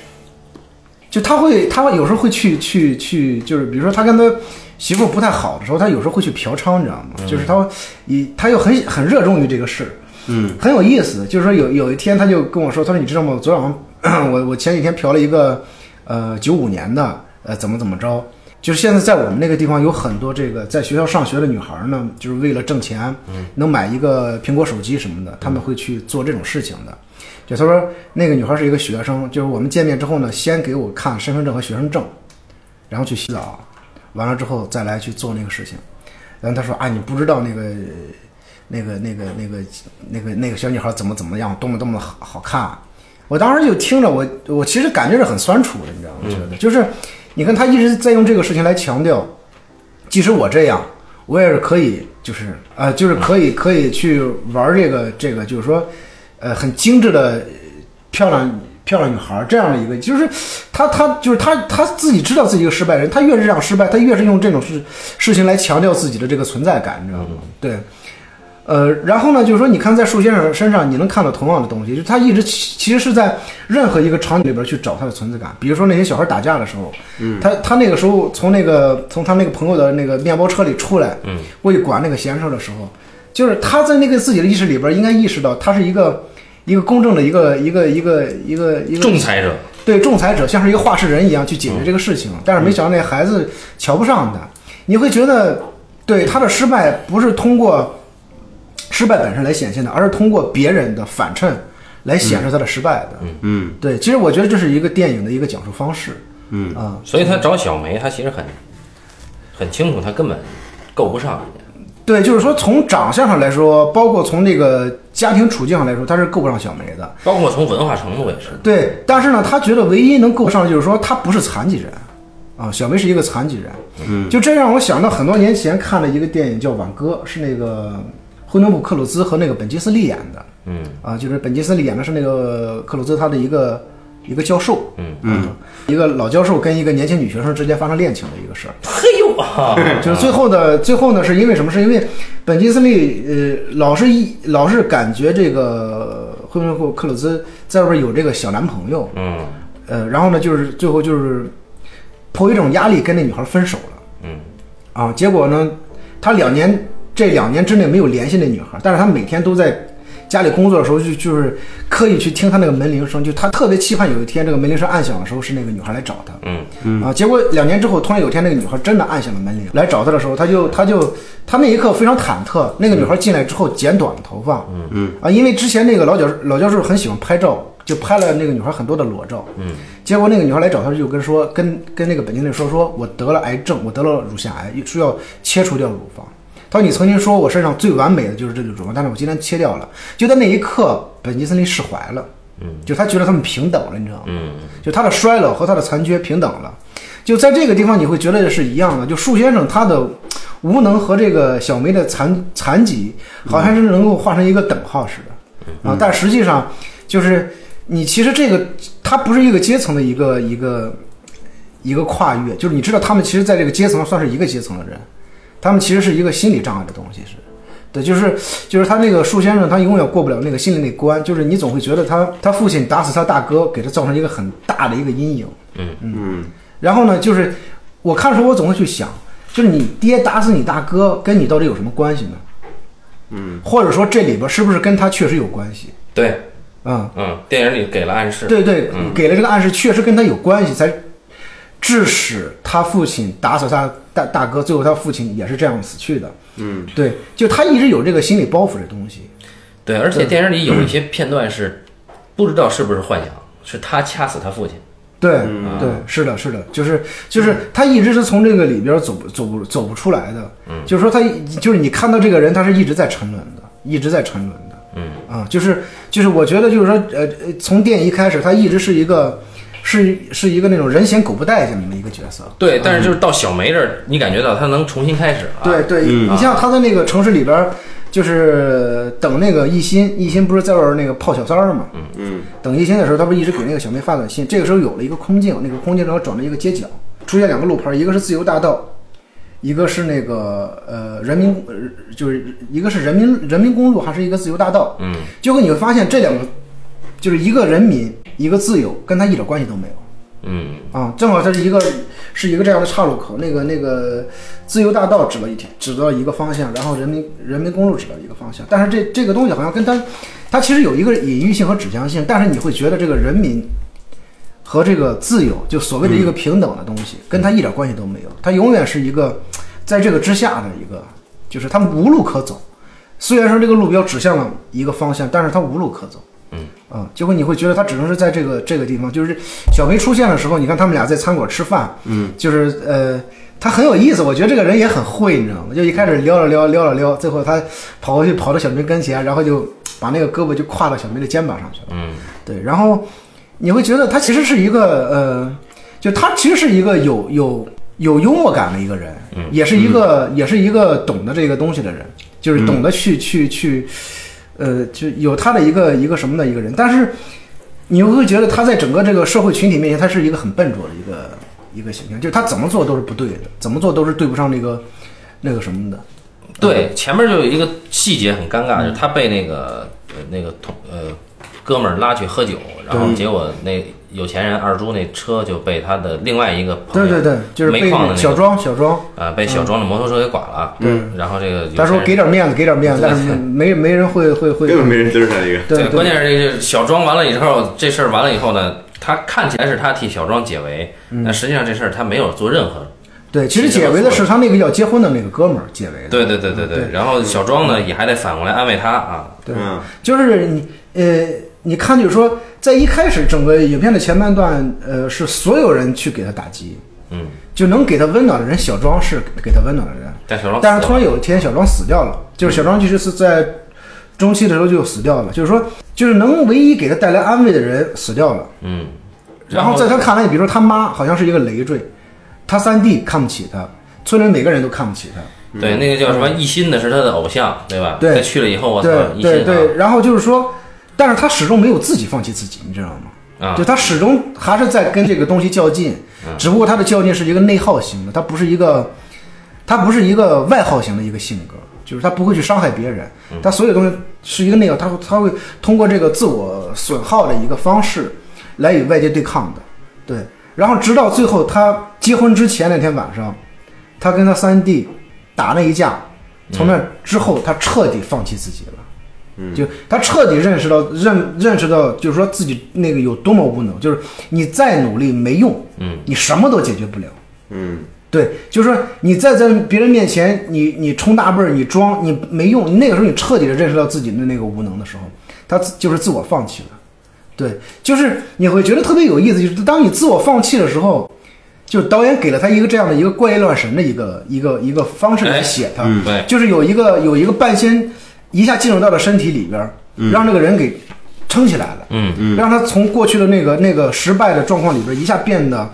S2: 就他会他有时候会去去去，就是比如说他跟他媳妇不太好的时候，他有时候会去嫖娼，你知道吗？就是他会以他又很很热衷于这个事儿，
S3: 嗯，
S2: 很有意思。就是说有有一天他就跟我说，他说你知道吗？我昨晚上 我我前几天嫖了一个呃九五年的呃怎么怎么着，就是现在在我们那个地方有很多这个在学校上学的女孩儿呢，就是为了挣钱，能买一个苹果手机什么的，他们会去做这种事情的。就他说那个女孩儿是一个学生，就是我们见面之后呢，先给我看身份证和学生证，然后去洗澡，完了之后再来去做那个事情。然后他说啊，你不知道那个那个那个那个那个那个小女孩怎么怎么样，多么多么好好看。啊我当时就听着我，我其实感觉是很酸楚的，你知道吗？我觉得就是，你看他一直在用这个事情来强调，即使我这样，我也是可以，就是呃，就是可以可以去玩这个这个，就是说，呃，很精致的漂亮漂亮女孩这样的一个，就是他他就是他他自己知道自己一个失败人，他越是这样失败，他越是用这种事事情来强调自己的这个存在感，你知道吗？对。呃，然后呢，就是说，你看在树先生身上，你能看到同样的东西，就是他一直其其实是在任何一个场景里边去找他的存在感。比如说那些小孩打架的时候，嗯，他他那个时候从那个从他那个朋友的那个面包车里出来，嗯，过去管那个闲事儿的时候，就是他在那个自己的意识里边应该意识到他是一个一个公正的一个一个一个一个一个
S1: 仲裁者，
S2: 对仲裁者像是一个话事人一样去解决这个事
S1: 嗯
S2: 情，但是没想到那孩子瞧不上他，你会觉得对他的失败不是通过失败本身来显现的，而是通过别人的反衬来显示他的失败的。
S3: 嗯，
S2: 对，其实我觉得这是一个电影的一个讲述方式。
S3: 嗯
S2: 啊，
S1: 所以他找小梅，他其实很很清楚，他根本够不上人家。
S2: 对，就是说从长相上来说，包括从这个家庭处境上来说，他是够不上小梅的。
S1: 包括从文化程度也是，
S2: 对，但是呢，他觉得唯一能够上的就是说他不是残疾人，啊，小梅是一个残疾人，嗯，就这让我想到很多年前看了一个电影叫《挽歌》，是那个惠农普克鲁兹和那个本杰斯利演的，
S1: 嗯，
S2: 啊，就是本杰斯利演的是那个克鲁兹他的一个一个教授，嗯嗯，一个老教授跟一个年轻女学生之间发生恋情的一个事儿，
S1: 嘿呦啊，
S2: 就是最后的最后呢，是因为什么？是因为本杰斯利呃，老是一老是感觉这个惠特克克鲁兹在外边有这个小男朋友，
S1: 嗯
S2: 呃，然后呢，就是最后就是迫于一种压力跟那女孩分手了
S1: 嗯
S2: 啊。结果呢，他两年这两年之内没有联系那女孩，但是他每天都在家里工作的时候就就是刻意去听她那个门铃声，就他特别期盼有一天这个门铃声按响的时候是那个女孩来找他，
S1: 嗯，
S2: 啊，结果两年之后，突然有一天，那个女孩真的按响了门铃，来找他的时候，他就他就他那一刻非常忐忑。那个女孩进来之后，剪短了头发，嗯嗯，啊，因为之前那个老教老教授很喜欢拍照，就拍了那个女孩很多的裸照，嗯，结果那个女孩来找他就跟说跟跟那个本经理说，说我得了癌症，我得了乳腺癌，需要切除掉乳房。他说：“你曾经说我身上最完美的就是这个乳房，但是我今天切掉了。”就在那一刻，本杰森利释怀了，嗯，就他觉得他们平等了，你知道吗？嗯，就他的衰老和他的残缺平等了。就在这个地方，你会觉得是一样的。就树先生他的呃无能和这个小梅的残残疾，好像是能够画成一个等号似的啊。但实际上，就是你其实这个它不是一个阶层的一个一个一个跨越，就是你知道他们其实在这个阶层算是一个阶层的人，他们其实是一个心理障碍的东西是。对，就是就是他那个树先生，他永远过不了那个心里那关，就是你总会觉得他他父亲打死他大哥，给他造成一个很大的一个阴影。
S3: 嗯，
S2: 然后呢，就是我看的时候，我总会去想，就是你爹打死你大哥，跟你到底有什么关系呢？嗯，或者说这里边是不是跟他确实有关系？
S1: 对，
S2: 嗯，
S1: 嗯，电影里给了暗示，
S2: 对对，给了这个暗示，确实跟他有关系，才致使他父亲打死他大大哥，最后他父亲也是这样死去的。嗯，对，就他一直有这个心理包袱这东西。
S1: 对，而且电影里有一些片段是不知道是不是幻想，是他掐死他父亲。
S2: 对、对，是的，是的，就是就是他一直是从这个里边走不走不走不出来的，就是说他一就是你看到这个人，他是一直在沉沦的，一直在沉沦的，嗯啊，就是就是我觉得就是说呃呃，从电影一开始，他一直是一个是是一个那种人嫌狗不待见的一个角色，
S1: 对，但是就是到小梅这儿，你感觉到她能重新开始了。啊
S2: 对，对，你像他在那个城市里边儿，就是等那个一心，一心不是在外边儿那个泡小三儿嘛？嗯嗯。等一心的时候，他不是一直给那个小妹发短信？这个时候有了一个空镜，那个空镜然后转了一个街角，出现两个路牌儿，一个是自由大道，一个是那个呃人民，呃就是一个是人民人民公路，还是一个自由大道？嗯。结果你会发现这两个，就是一个人民，一个自由，跟他一点关系都没有。
S1: 嗯，
S2: 啊，正好它是一个是一个这样的岔路口，那个那个自由大道指了一条，指到一个方向，然后人民人民公路指到一个方向，但是这这个东西好像跟它，它其实有一个隐喻性和指向性，但是你会觉得这个人民和这个自由，就所谓的一个平等的东西，跟它一点关系都没有，它永远是一个在这个之下的一个，就是他们无路可走。虽然说这个路标指向了一个方向，但是它无路可走。啊，结果你会觉得他只能是在这个这个地方，就是小梅出现的时候，你看他们俩在餐馆吃饭，嗯，就是呃，他很有意思，我觉得这个人也很会，你知道吗？就一开始撩了撩，撩了撩，最后他跑过去跑到小梅跟前，然后就把那个胳膊就跨到小梅的肩膀上去了，嗯，对，然后你会觉得他其实是一个呃，就他其实是一个有有有幽默感的一个人，
S1: 嗯
S2: 也是一个、也是一个懂得这个东西的人，就是懂得
S1: 嗯
S2: 去、去去，呃，就有他的一个一个什么的一个人，但是你又会觉得他在整个这个社会群体面前，他是一个很笨拙的一个一个形象，就是他怎么做都是不对的，怎么做都是对不上那个那个什么的。
S1: 对，嗯前面就有一个细节很尴尬，就是他被那个呃那个同呃哥们儿拉去喝酒，然后结果那有钱人二猪那车就被他的另外一个朋
S2: 对
S1: 友
S2: 对对，就是
S1: 煤
S2: 被
S1: 矿的那
S2: 小
S1: 个
S2: 庄小庄，
S1: 啊被小庄的摩托车给剐了。嗯，然后这个有
S2: 他说
S1: 钱人
S2: 给点面子，给点面子，但是没没人会会会，
S3: 根本没人嘚儿他一个。
S2: 对
S1: 关键是这个小庄完了以后，这事儿完了以后呢，他看起来是他替小庄解围，
S2: 嗯
S1: 但实际上这事儿他没有做任何。
S2: 对，其实解围的是他那个要结婚的那个哥们儿解围的。
S1: 对对对对
S2: 嗯
S1: 对。然后小庄呢也还得反过来安慰他啊，
S2: 对
S3: 嗯
S2: 就是你呃，你看，就是说，在一开始整个影片的前半段，呃，是所有人去给他打击，
S1: 嗯，
S2: 就能给他温暖的人，小庄是给他温暖的人，
S1: 但小庄
S2: 但是突然
S1: 有
S2: 有一天，小庄死掉了，就是小庄其实是在中期的时候就死掉了，就是说，就是能唯一给他带来安慰的人死掉了。
S1: 嗯，
S2: 然后在他看来，比如说他妈好像是一个累赘，他三弟看不起他，村里每个人都看不起他，
S1: 对那个叫什么一心的是他的偶像，对吧？
S2: 嗯对
S1: 在去了以后，我操，
S2: 对
S1: 一心
S2: 对
S1: 啊
S2: 对，然后就是说，但是他始终没有自己放弃自己，你知道吗？
S1: 啊嗯
S2: 就他始终还是在跟这个东西较劲，只不过他的较劲是一个内耗型的，他不是一个，他不是一个外耗型的一个性格，就是他不会去伤害别人，
S1: 嗯
S2: 他所有东西是一个内耗，他会他会通过这个自我损耗的一个方式来与外界对抗的，对。然后直到最后他结婚之前那天晚上，他跟他三弟打那一架，从那之后他彻底放弃自己了。就他彻底认识到认认识到，就是说自己那个有多么无能，就是你再努力没用，嗯，你什么都解决不了，
S3: 嗯，
S2: 对，就是说你再在别人面前你你充大辈儿，你装你没用，你那个时候你彻底的认识到自己的那个无能的时候，他自就是自我放弃了，对，就是你会觉得特别有意思，就是当你自我放弃的时候。就是导演给了他一个这样的一个怪力乱神的一个一个一个方式来
S1: 哎
S2: 写他，
S1: 嗯对
S2: 就是有一个有一个半仙一下进入到了身体里边儿，让这个人给撑起来了，
S1: 嗯
S2: 嗯，让他从过去的那个那个失败的状况里边儿一下变得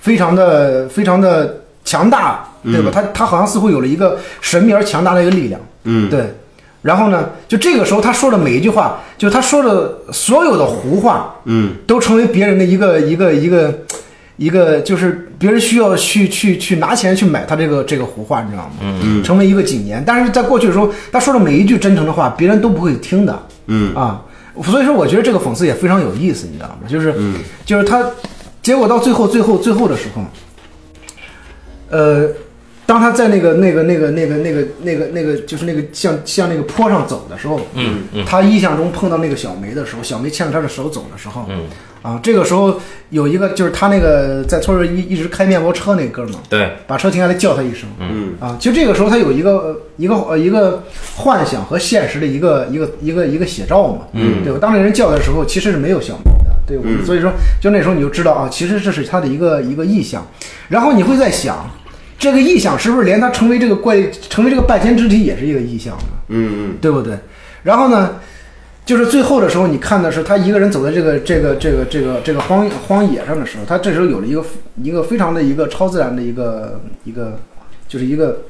S2: 非常的非常的强大，对吧？他他好像似乎有了一个神秘而强大的一个力量，
S3: 嗯，
S2: 对。然后呢，就这个时候他说的每一句话，就他说的所有的胡话，
S3: 嗯，
S2: 都成为别人的一个一个一个一个就是别人需要去去去拿钱去买他这个这个胡话，你知道吗？嗯，成为一个谨言。但是在过去的时候，他说的每一句真诚的话，别人都不会听的。嗯啊，所以说我觉得这个讽刺也非常有意思，你知道吗？就是、就是他，结果到最后最后最后的时候，呃，当他在那个那个那个那个那个那个那个就是那个向向那个坡上走的时候，嗯嗯，他意象中碰到那个小梅的时候，小梅牵着他的手走的时候，嗯，啊，这个时候有一个就是他那个在村儿里一一直开面包车那哥们儿，
S1: 对，
S2: 把车停下来叫他一声，嗯啊，就这个时候他有一个呃一个呃一个幻想和现实的一个一个一个一个写照嘛，嗯，对吧？当那人叫的时候，其实是没有小明的，对吧？所以说，就那时候你就知道啊，其实这是他的一个一个意向，然后你会在想，这个意向是不是连他成为这个怪成为这个拜天之体也是一个意向呢？
S3: 嗯
S2: 对不对？然后呢，就是最后的时候，你看的是他一个人走在这个这个这个这个这个荒荒野上的时候，他这时候有了一个一个非常的一个超自然的一个一个，就是一个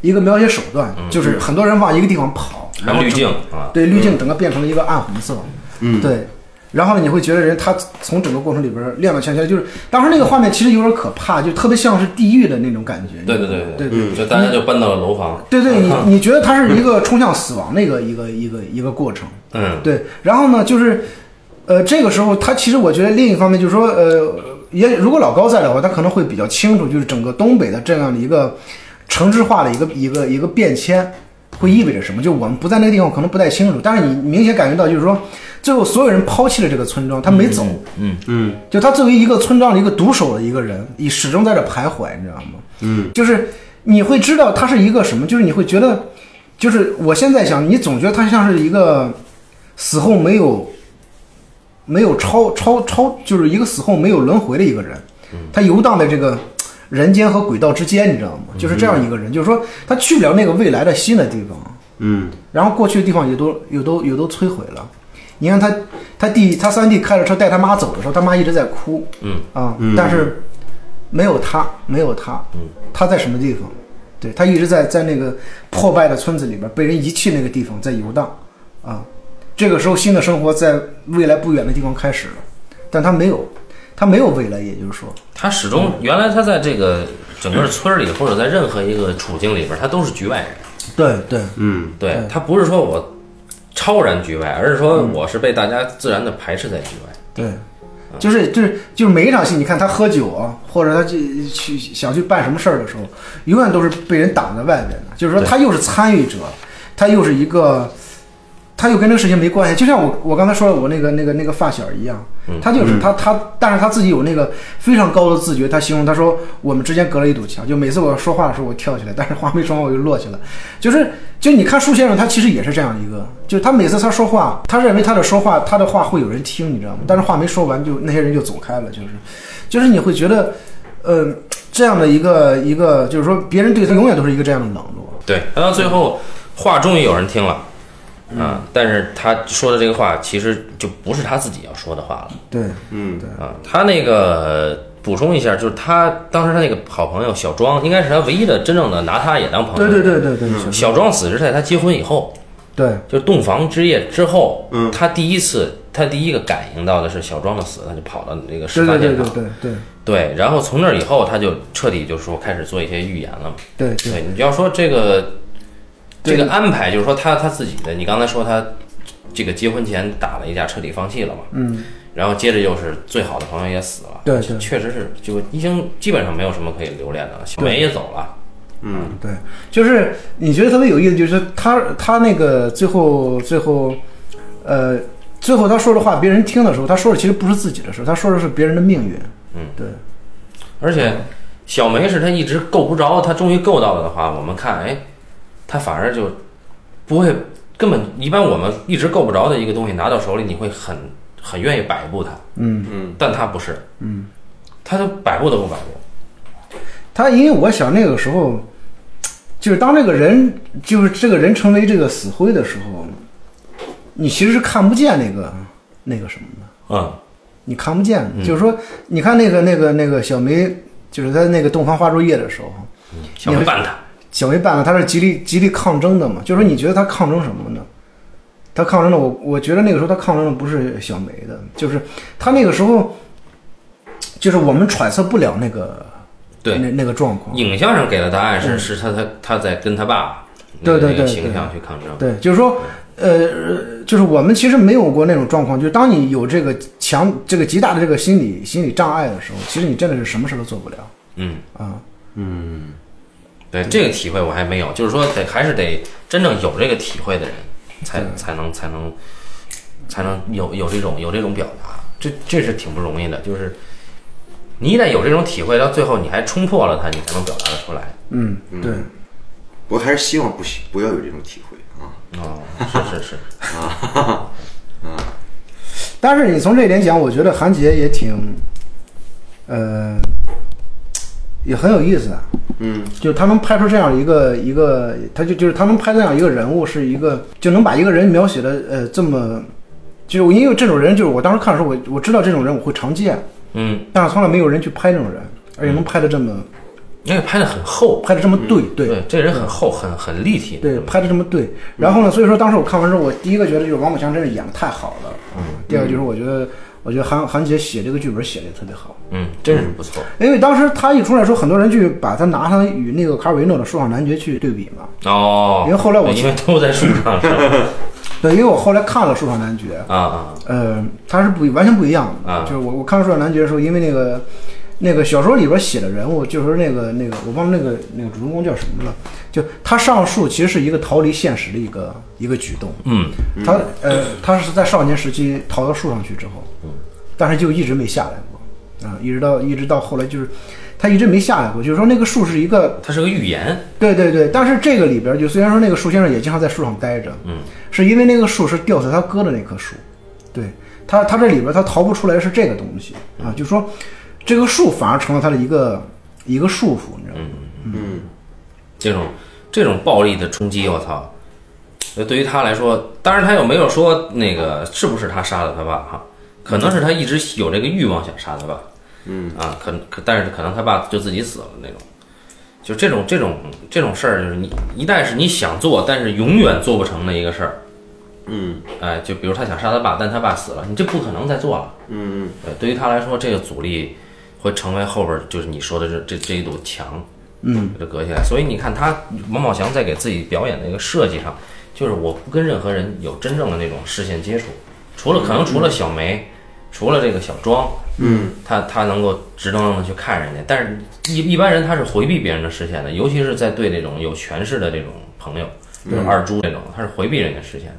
S2: 一个描写手段，就是很多人往一个地方跑，然后
S1: 嗯滤
S2: 整
S1: 镜啊，
S2: 对滤镜整个变成了一个暗红色，嗯，对。然后呢，你会觉得人他从整个过程里边儿踉踉跄跄，就是当时那个画面其实有点可怕，就特别像是地狱的那种感觉。
S1: 对对对
S2: 对对嗯
S1: 对，就大家就搬到了楼房，
S2: 对对，你你觉得它是一个冲向死亡的一个一个一个一个过程，
S1: 嗯，
S2: 对。然后呢，就是，呃，这个时候他其实我觉得另一方面就是说，呃，也如果老高在的话，他可能会比较清楚，就是整个东北的这样的一个城市化的一个一个一个变迁会意味着什么。就我们不在那个地方，可能不太清楚，但是你明显感觉到就是说，最后所有人抛弃了这个村庄，他没走，
S3: 嗯
S2: 就他作为一个村庄的一个独守的一个人，你始终在这徘徊，你知道吗？
S3: 嗯，
S2: 就是你会知道他是一个什么，就是你会觉得，就是我现在想，你总觉得他像是一个死后没有没有超超超，就是一个死后没有轮回的一个人，他游荡在这个人间和轨道之间，你知道吗？就是这样一个人，就是说他去不了那个未来的新的地方，
S3: 嗯
S2: 然后过去的地方也都也都也都摧毁了。你看他，他弟他三弟开着车带他妈走的时候，他妈一直在哭，嗯嗯啊，但是没有他，没有他，他在什么地方？对他一直在在那个破败的村子里边被人遗弃那个地方在游荡啊。这个时候，新的生活在未来不远的地方开始了，但他没有，他没有未来，也就是说，
S1: 他始终原来他在这个整个村儿里或者在任何一个处境里边，他都是局外人。
S2: 对对
S3: 嗯
S1: 对他不是说我超然局外，而是说我是被大家自然的排斥在局外。
S2: 对，就是就是就是每一场戏，你看他喝酒啊，或者他去去想去办什么事儿的时候，永远都是被人挡在外边的。就是说，
S1: 对
S2: 他又是参与者，他又是一个，他又跟这个事情没关系。就像我我刚才说的，我那个那个那个发小一样，他就是他他，但是他自己有那个非常高的自觉。他形容他说我们之间隔了一堵墙，就每次我说话的时候我跳起来，但是话没说完我就落下了。就是就你看树先生，他其实也是这样一个，就是他每次他说话，他认为他的说话他的话会有人听，你知道吗？但是话没说完就那些人就走开了，就是就是你会觉得，呃，这样的一个一个就是说别人对他永远都是一个这样的冷落。
S1: 对，他到最后话终于有人听了，啊，但是他说的这个话其实就不是他自己要说的话了。
S2: 对，
S3: 嗯
S1: 啊，他那个呃补充一下，就是他当时他那个好朋友小庄，应该是他唯一的真正的拿他也当朋
S2: 对
S1: 友。
S2: 对对对对，是
S1: 小庄死是在他结婚以后，
S2: 对
S1: 就是洞房之夜之后，
S3: 嗯
S1: 他第一次他第一个感应到的是小庄的死，他就跑到那个事
S2: 对
S1: 发
S2: 对
S1: 现
S2: 对
S1: 场
S2: 对。对对
S1: 对，然后从那以后他就彻底就说开始做一些预言了嘛。
S2: 对对
S1: 对，你要说这个这
S2: 对
S1: 个安排，就是说他他自己的，你刚才说他这个结婚前打了一架，彻底放弃了嘛。嗯。然后接着又是最好的朋友也死了，
S2: 对对
S1: 确实是就已经基本上没有什么可以留恋的了。小梅也走了，
S3: 嗯
S2: 对，就是你觉得特别有意思，就是他他那个最后最后，呃，最后他说的话，别人听的时候，他说的其实不是自己的事，他说的是别人的命运。
S1: 嗯，
S2: 对，
S1: 而且小梅是他一直够不着，他终于够到了的话，我们看，哎，他反而就不会根本一般我们一直够不着的一个东西拿到手里，你会很很愿意摆布它，
S2: 嗯，
S3: 嗯
S1: 但他不是，嗯，他都摆布都不摆布。
S2: 他因为我想那个时候，就是当这个人就是这个人成为这个死灰的时候，你其实是看不见那个那个什么的。
S1: 嗯，
S2: 你看不见的，就是说，你看那个那个那个小梅，就是在那个洞房花烛夜的时候，
S1: 小梅办他，
S2: 小梅办了，他是极力极力抗争的嘛，就是说你觉得他抗争什么呢？他抗争的，我我觉得那个时候他抗争的不是小梅的，就是他那个时候，就是我们揣测不了那个
S1: 对
S2: 那那个状况。
S1: 影像上给的答案是是他他他在跟他爸那个
S2: 嗯对对
S1: 那个
S2: 对
S1: 形
S2: 对
S1: 象去抗争，
S2: 对，就是说，呃，就是我们其实没有过那种状况，就是当你有这个强、这个极大的这个心理心理障碍的时候，其实你真的是什么事都做不了。
S1: 嗯。
S2: 啊、
S1: 对
S2: 嗯
S1: 这个体会我还没有，就是说得还是得真正有这个体会的人，才才能才能才能有有这种有这种表达，这这是挺不容易的。就是你得有这种体会，到最后你还冲破了它，你才能表达得出来。
S2: 嗯，对，
S3: 我还是希望不不要有这种体会啊。
S1: 哦，是是是，
S2: 但是你从这一点讲，我觉得韩杰也挺，呃，也很有意思啊。
S3: 嗯，
S2: 就他能拍出这样一个一个，他就就是他能拍这样一个人物，是一个就能把一个人描写的呃这么，就是我因为这种人，就是我当时看的时候，我我知道这种人我会常见，
S1: 嗯，
S2: 但是从来没有人去拍这种人，而且能拍的这么、
S1: 因为拍的很厚，
S2: 拍的这么对，嗯对
S1: 对，这人很厚，很很立体，
S2: 对，拍的这么对。然后呢，所以说当时我看完之后，我第一个觉得就是王宝强真是演的太好了，嗯。第二个就是我觉得，我觉得韩韩杰写这个剧本写的特别好，
S1: 嗯，真是不错，
S2: 因为当时他一出来的时候，很多人去把他拿他与那个卡尔维诺的《树上男爵》去对比嘛。
S1: 哦，
S2: 因为后来我
S1: 因为都在树上是吧？
S2: 对，因为我后来看了《树上男爵》，
S1: 啊啊，
S2: 呃，它是不完全不一样的。
S1: 啊
S2: 就是我我看《树上男爵》的时候，因为那个那个小说里边写的人物，就是那个那个我忘了那个那个主人公叫什么了，就他上树其实是一个逃离现实的一个一个举动。
S1: 嗯，
S2: 他呃，他是在少年时期逃到树上去之后，
S1: 嗯
S2: 但是就一直没下来过啊，一直到一直到后来就是他一直没下来过，就是说那个树是一个
S1: 它是个预言，
S2: 对对对，但是这个里边儿就虽然说那个树先生也经常在树上待着，嗯，是因为那个树是吊死他哥的那棵树，对他他这里边儿他逃不出来是这个东西啊，就说这个树反而成了他的一个一个束缚，你知道吗？
S1: 这种这种暴力的冲击，我操！那对于他来说，当然他有没有说那个是不是他杀了他爸哈？可能是他一直有这个欲望想杀他爸，嗯啊，可可但是可能他爸就自己死了那种。就这种这种这种事儿，就是你一旦是你想做，但是永远做不成的一个事儿，
S3: 嗯
S1: 哎，就比如他想杀他爸，但他爸死了，你这不可能再做了。
S3: 嗯
S1: 呃，对于他来说，这个阻力会成为后边儿就是你说的这这这一堵墙，嗯，给它隔起来。所以你看他王宝强在给自己表演的一个设计上，就是我不跟任何人有真正的那种视线接触，除了可能除了小梅，除了这个小庄，
S3: 嗯，
S1: 他他能够直愣愣的去看人家，但是一一般人他是回避别人的视线的，尤其是在对这种有权势的这种朋友，就是二猪这种，他是回避人家视线的。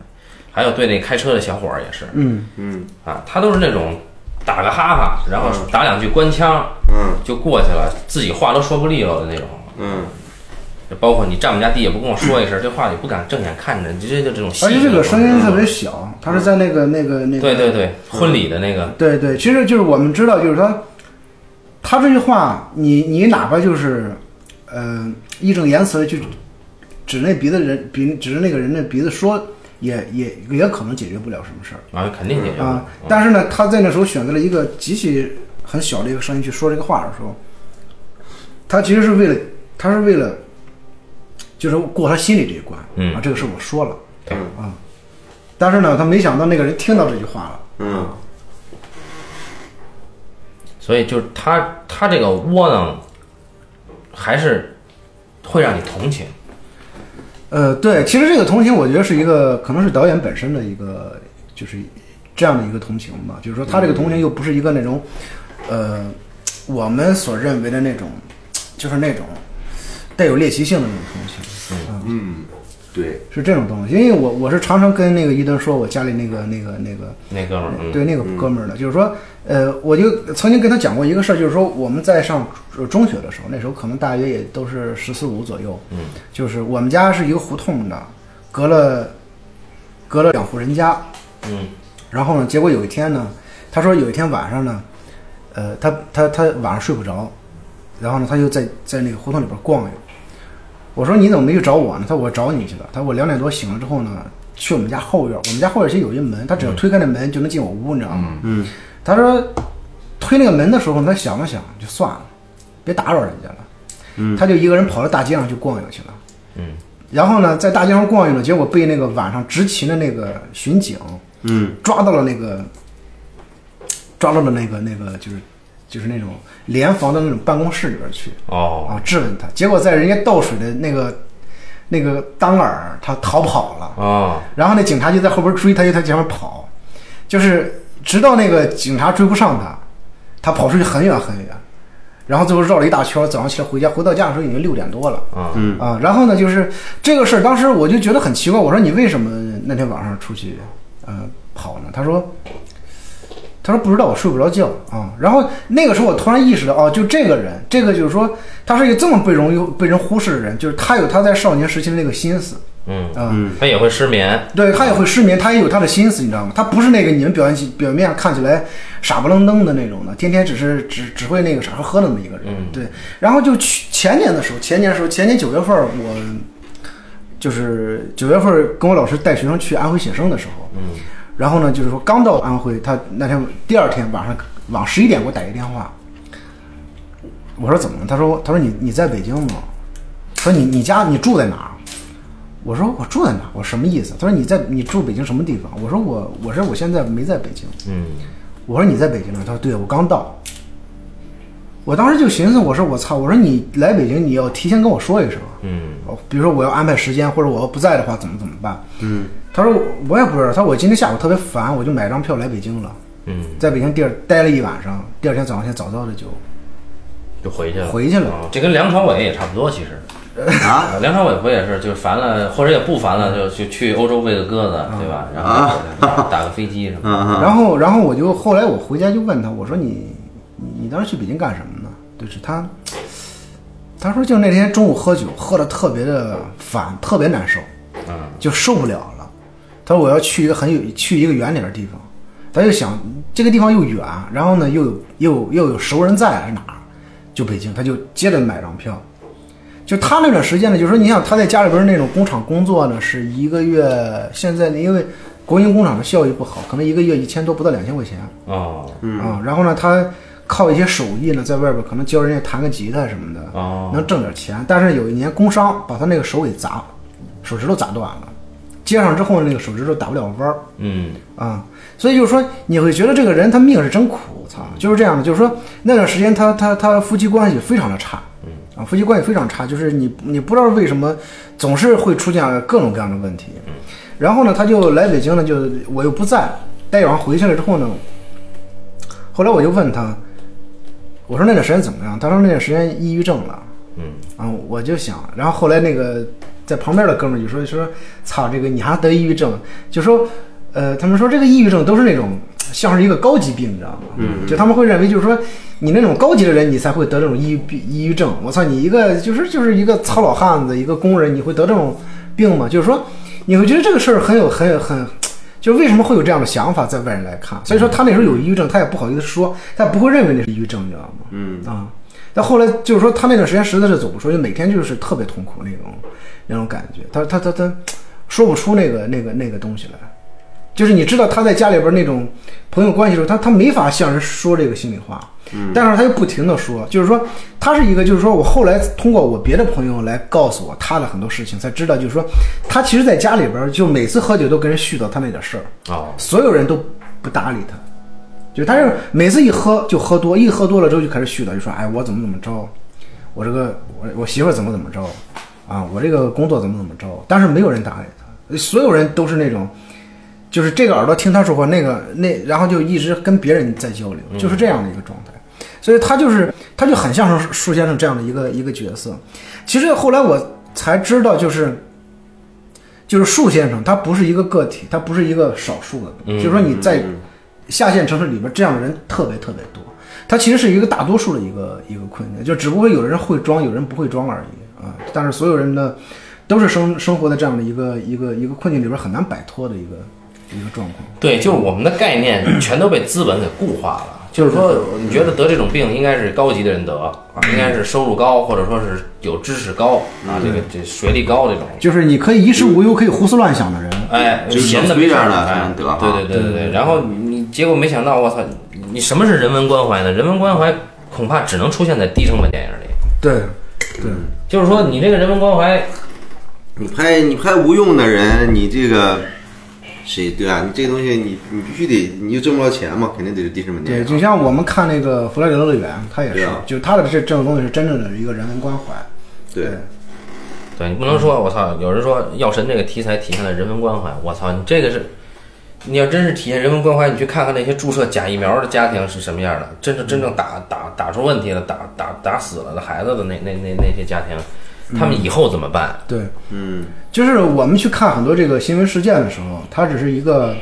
S1: 还有对那开车的小伙儿也是，
S2: 嗯
S3: 嗯
S1: 啊，他都是那种打个哈哈，然后打两句官腔
S3: 嗯
S1: 就过去了，自己话都说不利落的那种。
S3: 嗯，
S1: 就包括你占我们家地也不跟我说一声，这话也不敢正眼看着，你这就这种戏
S2: 而
S1: 剧
S2: 且
S1: 的东西。
S2: 这个声嗯音特别小，他是在那个那个那个
S1: 对对对，婚礼的那个，
S2: 对对，其实就是我们知道，就是他他这句话，你你哪怕就是呃义正言辞的去指那鼻子人鼻指着那个人的鼻子说，也也也可能解决不了什么事儿。
S1: 啊，肯定解决不
S2: 啊
S1: 了。，
S2: 但是呢，他在那时候选择了一个极其很小的一个声音去说这个话的时候，他其实是为了，他是为了，就是过他心里这一关，
S1: 嗯
S2: 啊，这个是我说了，
S1: 对
S3: 嗯
S2: 啊，但是呢，他没想到那个人听到这句话了，
S3: 嗯
S1: 所以就是他他这个窝囊，还是会让你同情。
S2: 呃，对，其实这个同情，我觉得是一个，可能是导演本身的一个，就是这样的一个同情吧，就是说他这个同情又不是一个那种，呃，我们所认为的那种，就是那种带有猎奇性的那种同情。
S3: 嗯，对，
S2: 是这种东西，因为我我是常常跟那个伊登说，我家里那个那个那个、
S1: 那哥们儿，嗯，
S2: 对那个哥们儿的，就是说，呃，我就曾经跟他讲过一个事儿，就是说我们在上呃中学的时候，那时候可能大约也都是十四五左右，嗯，就是我们家是一个胡同的，隔了隔了两户人家，
S1: 嗯，
S2: 然后呢，结果有一天呢，他说有一天晚上呢，呃，他他他晚上睡不着，然后呢，他就在在那个胡同里边逛悠。我说你怎么没去找我呢？他说我找你去了。他说我两点多醒了之后呢，去我们家后院。我们家后院其实有一门，他只要推开那门就能进我屋，你知道吗？
S3: 嗯
S2: 他说推那个门的时候，他想了想，就算了，别打扰人家了。
S3: 嗯
S2: 他就一个人跑到大街上去逛悠去了。
S1: 嗯，
S2: 然后呢，在大街上逛悠呢，结果被那个晚上执勤的那个巡警
S3: 嗯
S2: 抓到了那个，抓到了那个那个就是就是那种联防的那种办公室里边去
S1: 哦，
S2: 啊质问他，结果在人家倒水的那个那个当儿，他逃跑了。
S1: 哦，
S2: 然后那警察就在后边追他，就在前面跑，就是直到那个警察追不上他，他跑出去很远很远，然后最后绕了一大圈，早上起来回家，回到家的时候已经六点多了。
S1: 嗯，
S3: 嗯
S2: 啊，然后呢，就是这个事儿，当时我就觉得很奇怪，我说你为什么那天晚上出去，呃，跑呢？他说，他说不知道，我睡不着觉啊。然后那个时候我突然意识到，哦，就这个人，这个就是说，他是一个这么被容易被人忽视的人，就是他有他在少年时期的那个心思，
S1: 嗯
S2: 啊，
S1: 他也会失眠，
S2: 对嗯他也会失眠，他也有他的心思，你知道吗？他不是那个你们表现起表面上看起来傻不愣登的那种的，天天只是只只会那个傻呵呵的那么一个人。对，然后就去前年的时候，前年的时候，前年九月份儿我就是九月份儿跟我老师带学生去安徽写生的时候，嗯，然后呢，就是说刚到安徽，他那天第二天晚上往十一点给我打一电话，我说怎么了？他说他说你你在北京吗？说你你家你住在哪儿？我说我住在哪儿？我什么意思？他说你在你住北京什么地方？我说我我说我现在没在北京。
S1: 嗯，
S2: 我说你在北京呢？他说对，我刚到。我当时就寻思，我说我操，我说你来北京你要提前跟我说一声，
S1: 嗯，
S2: 哦比如说我要安排时间，或者我要不在的话怎么怎么办？
S3: 嗯，
S2: 他说我也不知道，他说我今天下午特别烦，我就买张票来北京了，
S1: 嗯，
S2: 在北京地儿待了一晚上，第二天早上先早早的就
S1: 就回去了，
S2: 回去了
S1: 哦这跟梁朝伟也差不多，其实，
S3: 啊，
S1: 啊梁朝伟不也是，就是烦了，或者也不烦了，就就去欧洲喂个鸽
S2: 啊
S1: 子，对吧？然后打打个飞机什么的，
S3: 嗯
S2: 然后，然后我就后来我回家就问他，我说你你你当时去北京干什么呢？就是他，他说就那天中午喝酒，喝的特别的烦，特别难受，
S1: 嗯，
S2: 就受不了了。他说我要去一个很有去一个远点的地方，他就想这个地方又远，然后呢又有又有又有熟人在是哪儿？就北京，他就接着买张票。就他那段时间呢，就是说，你想他在家里边儿那种工厂工作呢，是一个月，现在因为国营工厂的效益不好，可能一个月一千多不到两千块钱
S1: 哦，
S2: 啊。然后呢，他靠一些手艺呢，在外边儿可能教人家弹个吉他什么的，
S1: 哦
S2: 能挣点钱。但是有一年工伤，把他那个手给砸，手指头砸断了，接上之后那个手指头打不了弯儿，
S1: 嗯，
S2: 啊、所以就是说，你会觉得这个人他命是真苦，操，就是这样的。就是说那段时间他他他夫妻关系非常的差，啊，夫妻关系非常差，就是你你不知道为什么总是会出现各种各样的问题。然后呢，他就来北京呢，就我又不在，待一晚上回去了之后呢，后来我就问他，我说那段时间怎么样？他说那段时间抑郁症了。
S1: 嗯，
S2: 啊，我就想，然后后来那个在旁边的哥们儿就说说，操，这个你还得抑郁症，就说，呃，他们说这个抑郁症都是那种像是一个高级病，你知道吗？嗯，就他们会认为就是说你那种高级的人，你才会得这种抑郁病抑郁症。我操，你一个就是就是一个糙老汉子，一个工人，你会得这种病吗？就是说你会觉得这个事儿很有很有很。 就是为什么会有这样的想法，在外人来看，所以说他那时候有抑郁症，他也不好意思说，他不会认为那是抑郁症，你知道吗？
S3: 嗯
S2: 啊，但后来就是说他那段时间实在是走不出，就每天就是特别痛苦那种那种感觉，他他他他说不出那个那个那个东西来，就是你知道他在家里边那种朋友关系的时候，他他没法向人说这个心里话，但是他又不停的说，就是说他是一个，就是说我后来通过我别的朋友来告诉我他的很多事情，才知道就是说他其实在家里边就每次喝酒都跟人絮叨他那点事儿，
S1: 哦，
S2: 所有人都不搭理他，就他是每次一喝就喝多，一喝多了之后就开始絮叨，就说哎我怎么怎么着，我这个我我媳妇儿怎么怎么着，啊我这个工作怎么怎么着，但是没有人搭理他，所有人都是那种，就是这个耳朵听他说话，那个那然后就一直跟别人在交流，就是这样的一个状态。所以他就是他就很像是舒先生这样的一个一个角色。其实后来我才知道，就是就是树先生，他不是一个个体，他不是一个少数的，就是说你在下线城市里边这样的人特别特别多，他其实是一个大多数的一个一个困境，就只不过有人会装，有人不会装而已啊。但是所有人呢，都是生生活在这样的一个一个一个困境里边很难摆脱的一个一个状况。
S1: 对，就是我们的概念 全都被资本给固化了。就是说，你觉得得这种病应该是高级的人得啊，应该是收入高，或者说是有知识高啊，这个这学历高这种。
S2: 就是你可以衣食无忧，可以胡思乱想的人，
S1: 哎，
S3: 就是
S1: 闲的
S3: 小崔
S1: 没事
S3: 这
S1: 儿
S3: 样的
S1: 哎
S3: 才能得哈
S1: 对对对对对。然后你你结果没想到，我操，你什么是人文关怀呢？人文关怀恐怕只能出现在低成本电影里。
S2: 对对。
S1: 就是说，你这个人文关怀，
S3: 你拍你拍无用的人，你这个谁对啊？你这个东西你你必须得，你就挣不着钱嘛，肯定得是第十门
S2: 对，
S3: 店啊
S2: 就
S3: 长。
S2: 像我们看那个《弗莱德乐园》，他也
S3: 对
S2: 是
S3: 啊，
S2: 就他的这这种东西是真正的一个人文关怀。
S3: 对，
S1: 对你不能说我操，有人说《药神》这个题材体现了人文关怀，我操，你这个是，你要真是体现人文关怀，你去看看那些注射假疫苗的家庭是什么样的，真正真正打打打出问题了，打打打死了的孩子的那那那那些家庭，他们以后怎么办？
S2: 对，
S3: 嗯，
S2: 就是我们去看很多这个新闻事件的时候，它只是一个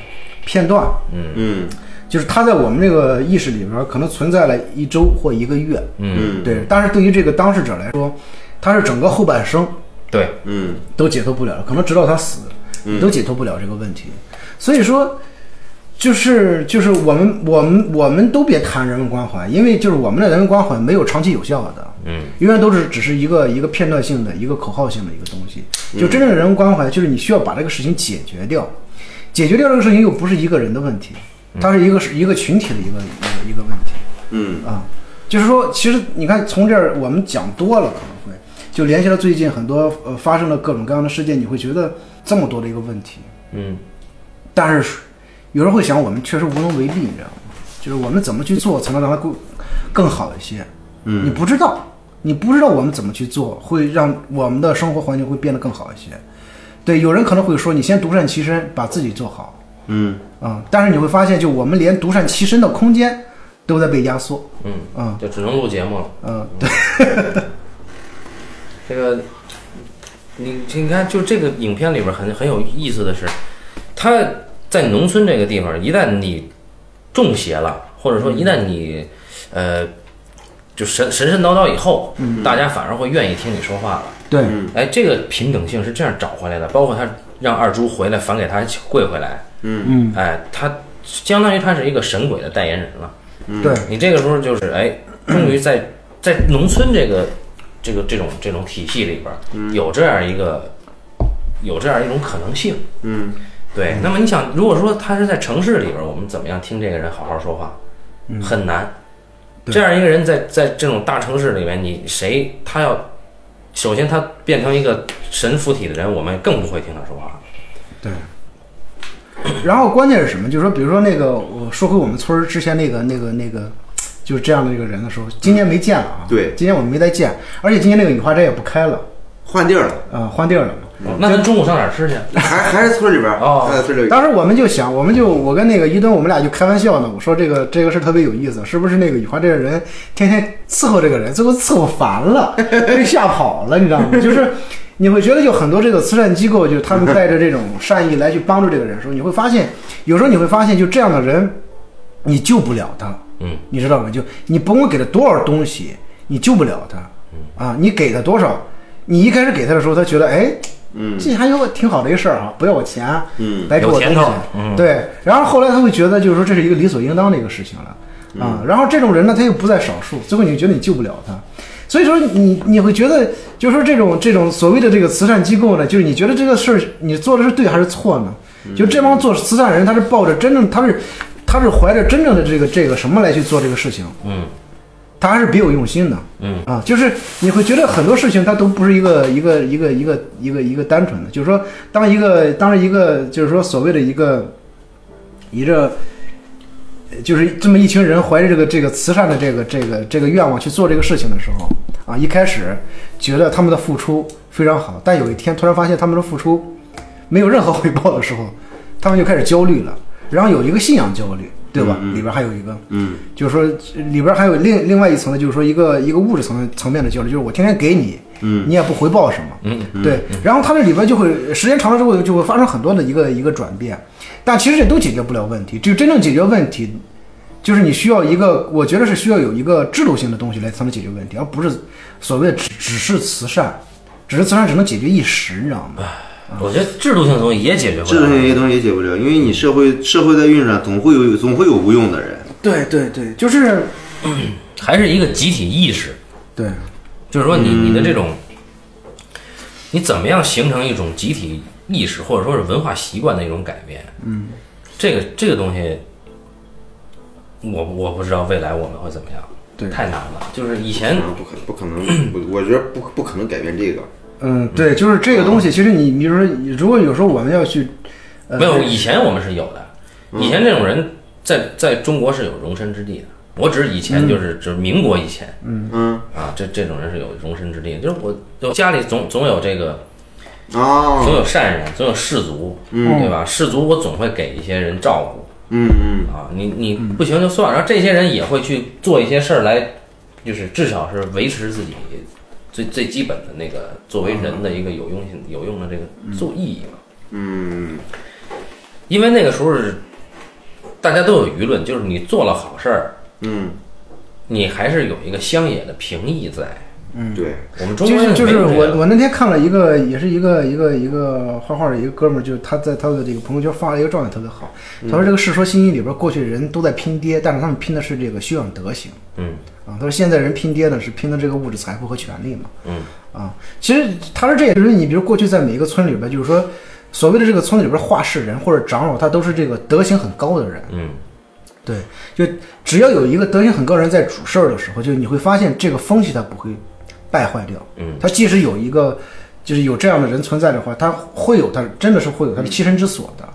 S2: 片段，
S3: 嗯
S2: 就是它在我们这个意识里边儿可能存在了一周或一个月，
S3: 嗯
S2: 对，但是对于这个当事者来说，他是整个后半生
S1: 对，
S3: 嗯
S2: 都解脱不了，可能直到他死，你都解脱不了这个问题。所以说，就是就是我们我们我们都别谈人文关怀，因为就是我们的人文关怀没有长期有效的，
S1: 嗯，
S2: 永远都是只是一个一个片段性的一个口号性的一个东西。就真正的人文关怀，就是你需要把这个事情解决掉，解决掉这个事情又不是一个人的问题，它是一个是一个群体的一个一个一个问题。
S3: 嗯
S2: 啊，就是说，其实你看，从这儿我们讲多了，可能会就联系到最近很多呃发生了各种各样的事件，你会觉得这么多的一个问题，
S1: 嗯，
S2: 但是有人会想，我们确实无能为力，你知道吗？就是我们怎么去做才能让它更更好一些？嗯，你不知道，你不知道我们怎么去做，会让我们的生活环境会变得更好一些。对，有人可能会说，你先独善其身，把自己做好
S3: 嗯
S2: 啊、但是你会发现，就我们连独善其身的空间都在被压缩。
S1: 嗯
S2: 嗯
S1: 就只能录节目了。
S2: 嗯，
S1: 这个，你你看，就这个影片里边很很有意思的是，他在农村这个地方，一旦你中邪了，或者说
S2: 嗯
S1: 一旦你呃就神神神叨叨以后，
S2: 嗯
S1: 大家反而会愿意听你说话了。
S2: 对。
S1: 哎，这个平等性是这样找回来的，包括他让二猪回来反给他跪回来，
S3: 嗯
S2: 嗯
S1: 哎，他相当于他是一个神鬼的代言人了。，
S2: 对，
S1: 你这个时候就是哎，终于在在农村这个这个这种这种体系里边儿，
S3: 嗯
S1: 有这样一个有这样一种可能性。
S3: 嗯
S1: 对，那么你想，如果说他是在城市里边儿，我们怎么样听这个人好好说话，
S3: 嗯
S1: 很难。
S2: 对
S1: 这样一个人在在这种大城市里面，你谁他要首先他变成一个神附体的人，我们更不会听他说话。
S2: 对。然后关键是什么？就是说，比如说那个，我说回我们村儿之前那个那个那个，就是这样的一个人的时候，今年没见了啊。
S3: 对
S2: 今年我们没再见，而且今年那个雨花斋也不开了，
S3: 换地儿了，
S2: 呃，换地儿了。
S3: 嗯
S1: 那咱中午上哪儿吃去？
S3: 还还是村里边儿，
S1: 哦
S3: 还在村里边儿。
S2: 当时我们就想，我们就我跟那个一吨，我们俩就开玩笑呢。我说这个这个事儿特别有意思，是不是那个雨花这个人天天伺候这个人，最后伺候烦了，被吓跑了，你知道吗？就是你会觉得有很多这个慈善机构，就是他们带着这种善意来去帮助这个人的时候，你会发现，有时候你会发现，就这样的人，你救不了他。
S1: 嗯，
S2: 你知道吗？就你甭管给他多少东西，你救不了
S1: 嗯
S2: 他。啊，你给他多少，你一开始给他的时候，他觉得哎，
S3: 嗯
S2: 这还有个挺好的一事儿啊，不要我钱，
S3: 嗯
S2: 白给我
S1: 有
S2: 东
S1: 甜
S2: 西
S1: 头儿，嗯
S2: 对。然后后来他会觉得就是说这是一个理所应当的一个事情了啊、然后这种人呢，他又不在少数，最后你就觉得你救不了他。所以说你你会觉得，就是说这种这种所谓的这个慈善机构呢，就是你觉得这个事儿你做的是对还是错呢？就这帮做慈善人，他是抱着真正他是他是怀着真正的这个这个什么来去做这个事情，
S1: 嗯，
S2: 他还是别有用心的，嗯啊，就是你会觉得很多事情它都不是一个一个一个一个一个一个单纯的，就是说，当一个当一个就是说所谓的一个一个，呃就是这么一群人怀着这个这个慈善的这个这个这个愿望去做这个事情的时候，啊，一开始觉得他们的付出非常好，但有一天突然发现他们的付出没有任何回报的时候，他们就开始焦虑了，然后有一个信仰焦虑，对吧？里边还有一个。
S3: 嗯
S2: 就是说呃里边还有另另外一层呢，就是说一个一个物质层面层面的交流，就是我天天给你，
S3: 嗯
S2: 你也不回报什么，
S1: 嗯
S2: 对。然后它这里边就会时间长了之后就会发生很多的一个一个转变，但其实这都解决不了问题，只有真正解决问题。就是你需要一个，我觉得是需要有一个制度性的东西来才能解决问题，而不是所谓的只只是慈善，只是慈善只能解决一时，你知道吗？
S1: 我觉得制度性的东西也解决不
S3: 制
S1: 了
S3: 度。性一些东西也解不了，因为你社会社会在运转，总会有总会有无用的人。
S2: 对对对，就是
S1: 还是一个集体意识，
S2: 对
S1: 就是说你你的这种，你怎么样形成一种集体意识或者说是文化习惯的一种改变？嗯，这个这个东西，我我不知道未来我们会怎么样，
S2: 对
S1: 太难了。就是以前
S3: 啊不可不可能，我我觉得不不可能改变这个。
S2: 嗯嗯，对，就是这个东西，其实你，你比如说，如果有时候我们要去，呃
S1: 没有，以前我们是有的，以前这种人在在中国是有容身之地的。我指以前就是就是民国以前
S3: 嗯
S1: 啊，这这种人是有容身之地的，就是我就家里总总有这个
S3: 啊，
S1: 总有善人，总有士族，对吧？士族我总会给一些人照顾
S3: 嗯嗯
S1: 啊，你你不行就算了，然后这些人也会去做一些事儿来，就是至少是维持自己最最基本的那个作为人的一个有用性有用的这个作意义嘛。
S3: 嗯
S1: 因为那个时候是大家都有舆论，就是你做了好事儿，
S3: 嗯
S1: 你还是有一个乡野的评议在。
S3: 嗯，对，
S1: 我们中
S2: 就
S1: 国
S2: 是就是
S1: 没有这
S2: 我
S1: 个
S2: 我那天看了一个，也是一个一个一个画画的一个哥们儿，就是他在他的这个朋友圈发了一个状态特别好，
S1: 嗯
S2: 他说这个《世说新语》里边过去人都在拼爹，但是他们拼的是这个修养德行。
S1: 嗯
S2: 啊，他说现在人拼爹呢是拼的这个物质财富和权利嘛。
S1: 嗯
S2: 啊，其实他说这也就是你，比如过去在每一个村里边，就是说所谓的这个村里边画事人或者长老，他都是这个德行很高的人。
S1: 嗯
S2: 对，就只要有一个德行很高的人在主事儿的时候，就是你会发现这个风气它不会败坏掉。
S1: 嗯，
S2: 它即使有一个就是有这样的人存在的话，他会有他真的是会有他的栖身之所的。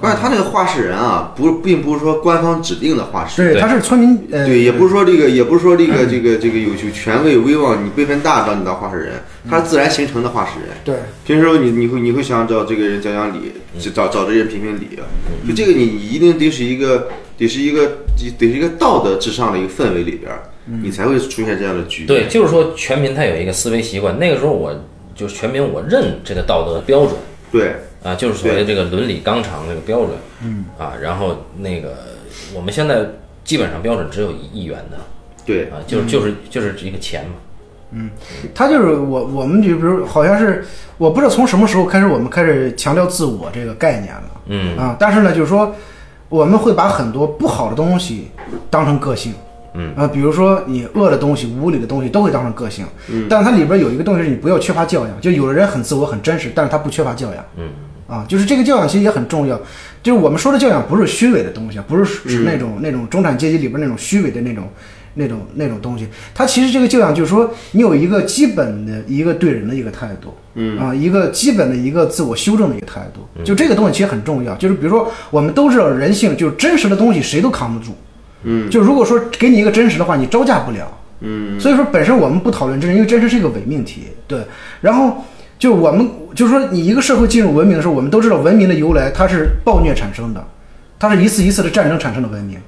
S3: 而且他那个画事人啊，不并不是说官方指定的画事人，
S2: 对，他是村民呃，
S3: 对，也不是说这个，也不是说这
S1: 嗯
S3: 个这个这个有有权位威望，你辈分大让你当画事人，他
S1: 嗯
S3: 是自然形成的画事人。
S2: 对
S3: 平时你你会你会想找这个人讲讲理，
S1: 嗯
S3: 就找找这人评评理，啊就这个你你一定得是一个得是一个得是一个道德至上的一个氛围里边儿，你才会出现这样的局面。
S1: 嗯对，就是说全民他有一个思维习惯。那个时候我就是全民，我认这个道德标准
S3: 对，
S1: 啊，就是所谓这个伦理纲常这个标准。嗯啊，然后那个我们现在基本上标准只有一一元的
S3: 对，
S1: 啊，就是就是就是一个钱嘛。
S2: 他就是我我们就比如好像是我不知道从什么时候开始，我们开始强调自我这个概念了。
S1: 嗯
S2: 啊，但是呢，就是说我们会把很多不好的东西当成个性。
S1: 嗯
S2: 啊，比如说你恶的东西、无理的东西都会当成个性，嗯，但它里边有一个东西，你不要缺乏教养。就有的人很自我、很真实，但是他不缺乏教养，
S1: 嗯
S2: 啊，就是这个教养其实也很重要。就是我们说的教养，不是虚伪的东西，啊不是是那种、那种中产阶级里边那种虚伪的那种、那种、那种东西。它其实这个教养就是说，你有一个基本的一个对人的一个态度，嗯啊，一个基本的一个自我修正的一个态度。就这个东西其实很重要。就是比如说，我们都知道人性，就是真实的东西谁都扛不住，嗯，就如果说给你一个真实的话，你招架不了，嗯，所以说本身我们不讨论真实，因为真实是一个伪命题，对，然后。就我们就是说，你一个社会进入文明的时候，我们都知道文明的由来，它是暴虐产生的，它是一次一次的战争产生的文明。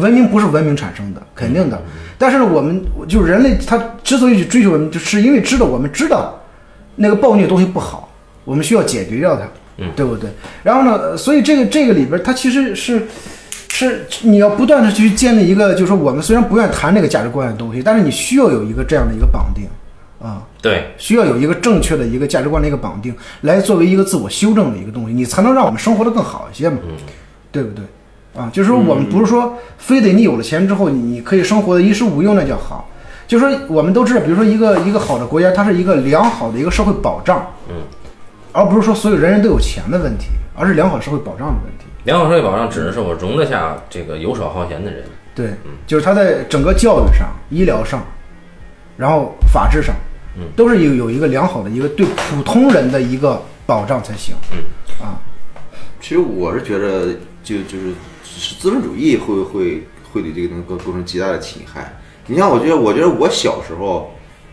S2: 文明不是文明产生的，肯定的。但是呢，我们就是人类，他之所以去追求文明，就是因为知道我们知道那个暴虐东西不好，我们需要解决掉它，对不对？然后呢，所以这个这个里边，它其实是是你要不断的去建立一个，就是说我们虽然不愿谈这个价值观的东西，但是你需要有一个这样的一个绑定啊。
S1: 对，
S2: 需要有一个正确的一个价值观的一个绑定，来作为一个自我修正的一个东西，你才能让我们生活的更好一些嘛，对不对？啊，就是说我们不是说非得你有了钱之后，你你可以生活的衣食无忧那叫好。啊就是说我们都知道，比如说一个一个好的国家，它是一个良好的一个社会保障，嗯，而不是说所有人人都有钱的问题，而是良好社会保障的问题。
S1: 良好社会保障指的是我容得下这个游手好闲的人。
S2: 对，
S3: 嗯
S2: 就是他在整个教育上、医疗上，然后法治上，
S3: 嗯
S2: 都是有有一个良好的一个对普通人的一个保障才行。啊，
S3: 其实我是觉得就就是是资本主义会会会对这个东西构构成极大的侵害。你像我觉得，我觉得我小时候，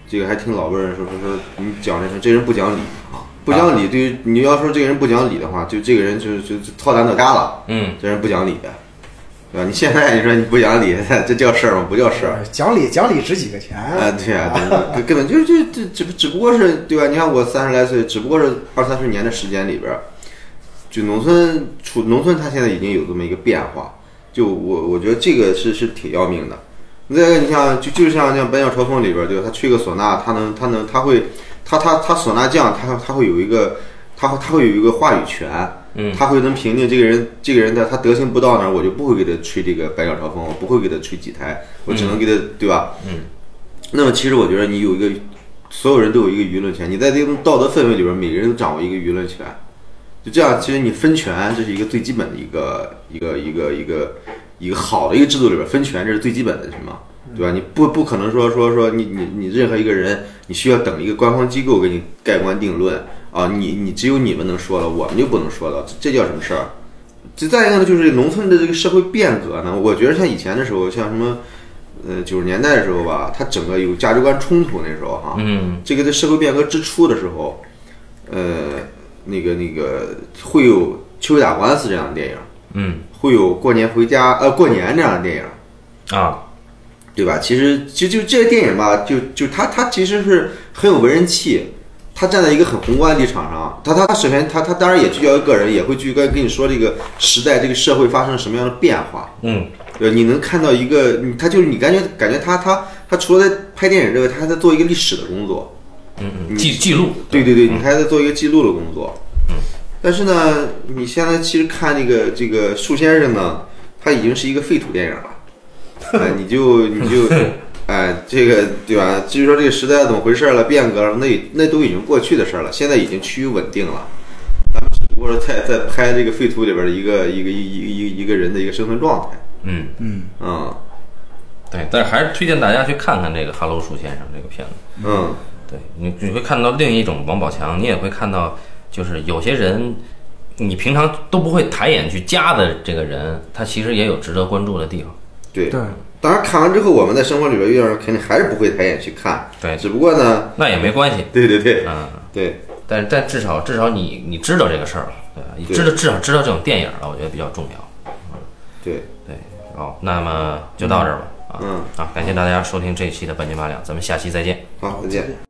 S3: 这个还听老辈人说说说你讲这说这人不讲理啊，不讲理对于你要说这个人不讲理的话，就这个人就就就操蛋到家了。
S1: 嗯，
S3: 这人不讲理，对吧？你现在你说你不讲理， 这叫事儿吗？不叫事儿。
S2: 讲理讲理值几个钱？
S3: 啊，对啊，对根本就是这这只只不过是对吧？你看我三十来岁，只不过是二三十年的时间里边儿，就农村处农村，它现在已经有这么一个变化。就我我觉得这个是是挺要命的。再一个，你像就就像像《百鸟朝凤》里边儿，对吧？他吹个唢呐，他能他能他会他他他唢呐匠，他他会有一个他会他会有一个话语权。
S1: 嗯
S3: 他会能评定这个人，这个人的他德行不到那儿，我就不会给他吹这个百鸟朝凤，我不会给他吹几台，我只能给他，对吧？那么其实我觉得你有一个，所有人都有一个舆论权，你在这种道德氛围里边，每个人都掌握一个舆论权，就这样，其实你分权，这是一个最基本的一个一个一个一个一个好的一个制度里边，分权这是最基本的什么？对吧？你不不可能说说说你你你任何一个人，你需要等一个官方机构给你盖棺定论啊！你你只有你们能说了，我们就不能说了，这这叫什么事儿？这再一个呢，就是农村的这个社会变革呢，我觉得像以前的时候，像什么，呃，九十年代的时候吧，它整个有价值观冲突那时候哈、
S1: 嗯，
S3: 这个在社会变革之初的时候，呃，那个那个会有秋秋打官司这样的电影，
S1: 嗯
S3: 会有过年回家呃过年这样的电影，
S1: 啊，
S3: 对吧？其实就就这些电影吧，就就它它其实是很有文人气，它站在一个很宏观的立场上，它它它首先它它当然也聚焦于个人，也会聚焦跟你说这个时代这个社会发生了什么样的变化。
S1: 嗯
S3: 对，你能看到一个，你他就是你感觉感觉他他他除了在拍电影之外，他还在做一个历史的工作。
S1: 嗯嗯，记记录，
S3: 对对对，你还在做一个记录的工作。但是呢，你现在其实看那个这个树先生呢，他已经是一个废土电影了。哎，你就你就，哎，这个对吧？至于说这个时代怎么回事了，变革了，那也那都已经过去的事儿了，现在已经趋于稳定了。咱们只不过是在在拍这个废土里边的一个一个一一一一个人的一个生存状态。
S1: 嗯，
S3: 嗯
S1: 对，但是还是推荐大家去看看这个《哈喽，鼠先生》这个片子。
S3: 嗯
S1: 对你，你会看到另一种王宝强，你也会看到，就是有些人，你平常都不会抬眼去加的这个人，他其实也有值得关注的地方。，
S3: 对。
S2: 对，
S3: 当然，看完之后，我们在生活里边遇到人，肯定还是不会抬眼去看。
S1: 对
S3: 只不过呢，
S1: 那也没关系，
S3: 对对对，
S1: 嗯，
S3: 对
S1: 但但至少至少你你知道这个事儿了，对吧？你知道至少知道这种电影了，我觉得比较重要。
S3: 对，
S1: 对，哦，那么就到这儿吧。啊
S3: 嗯，
S1: 啊，感谢大家收听这一期的半斤八两，咱们下期再见。
S3: 好，再见。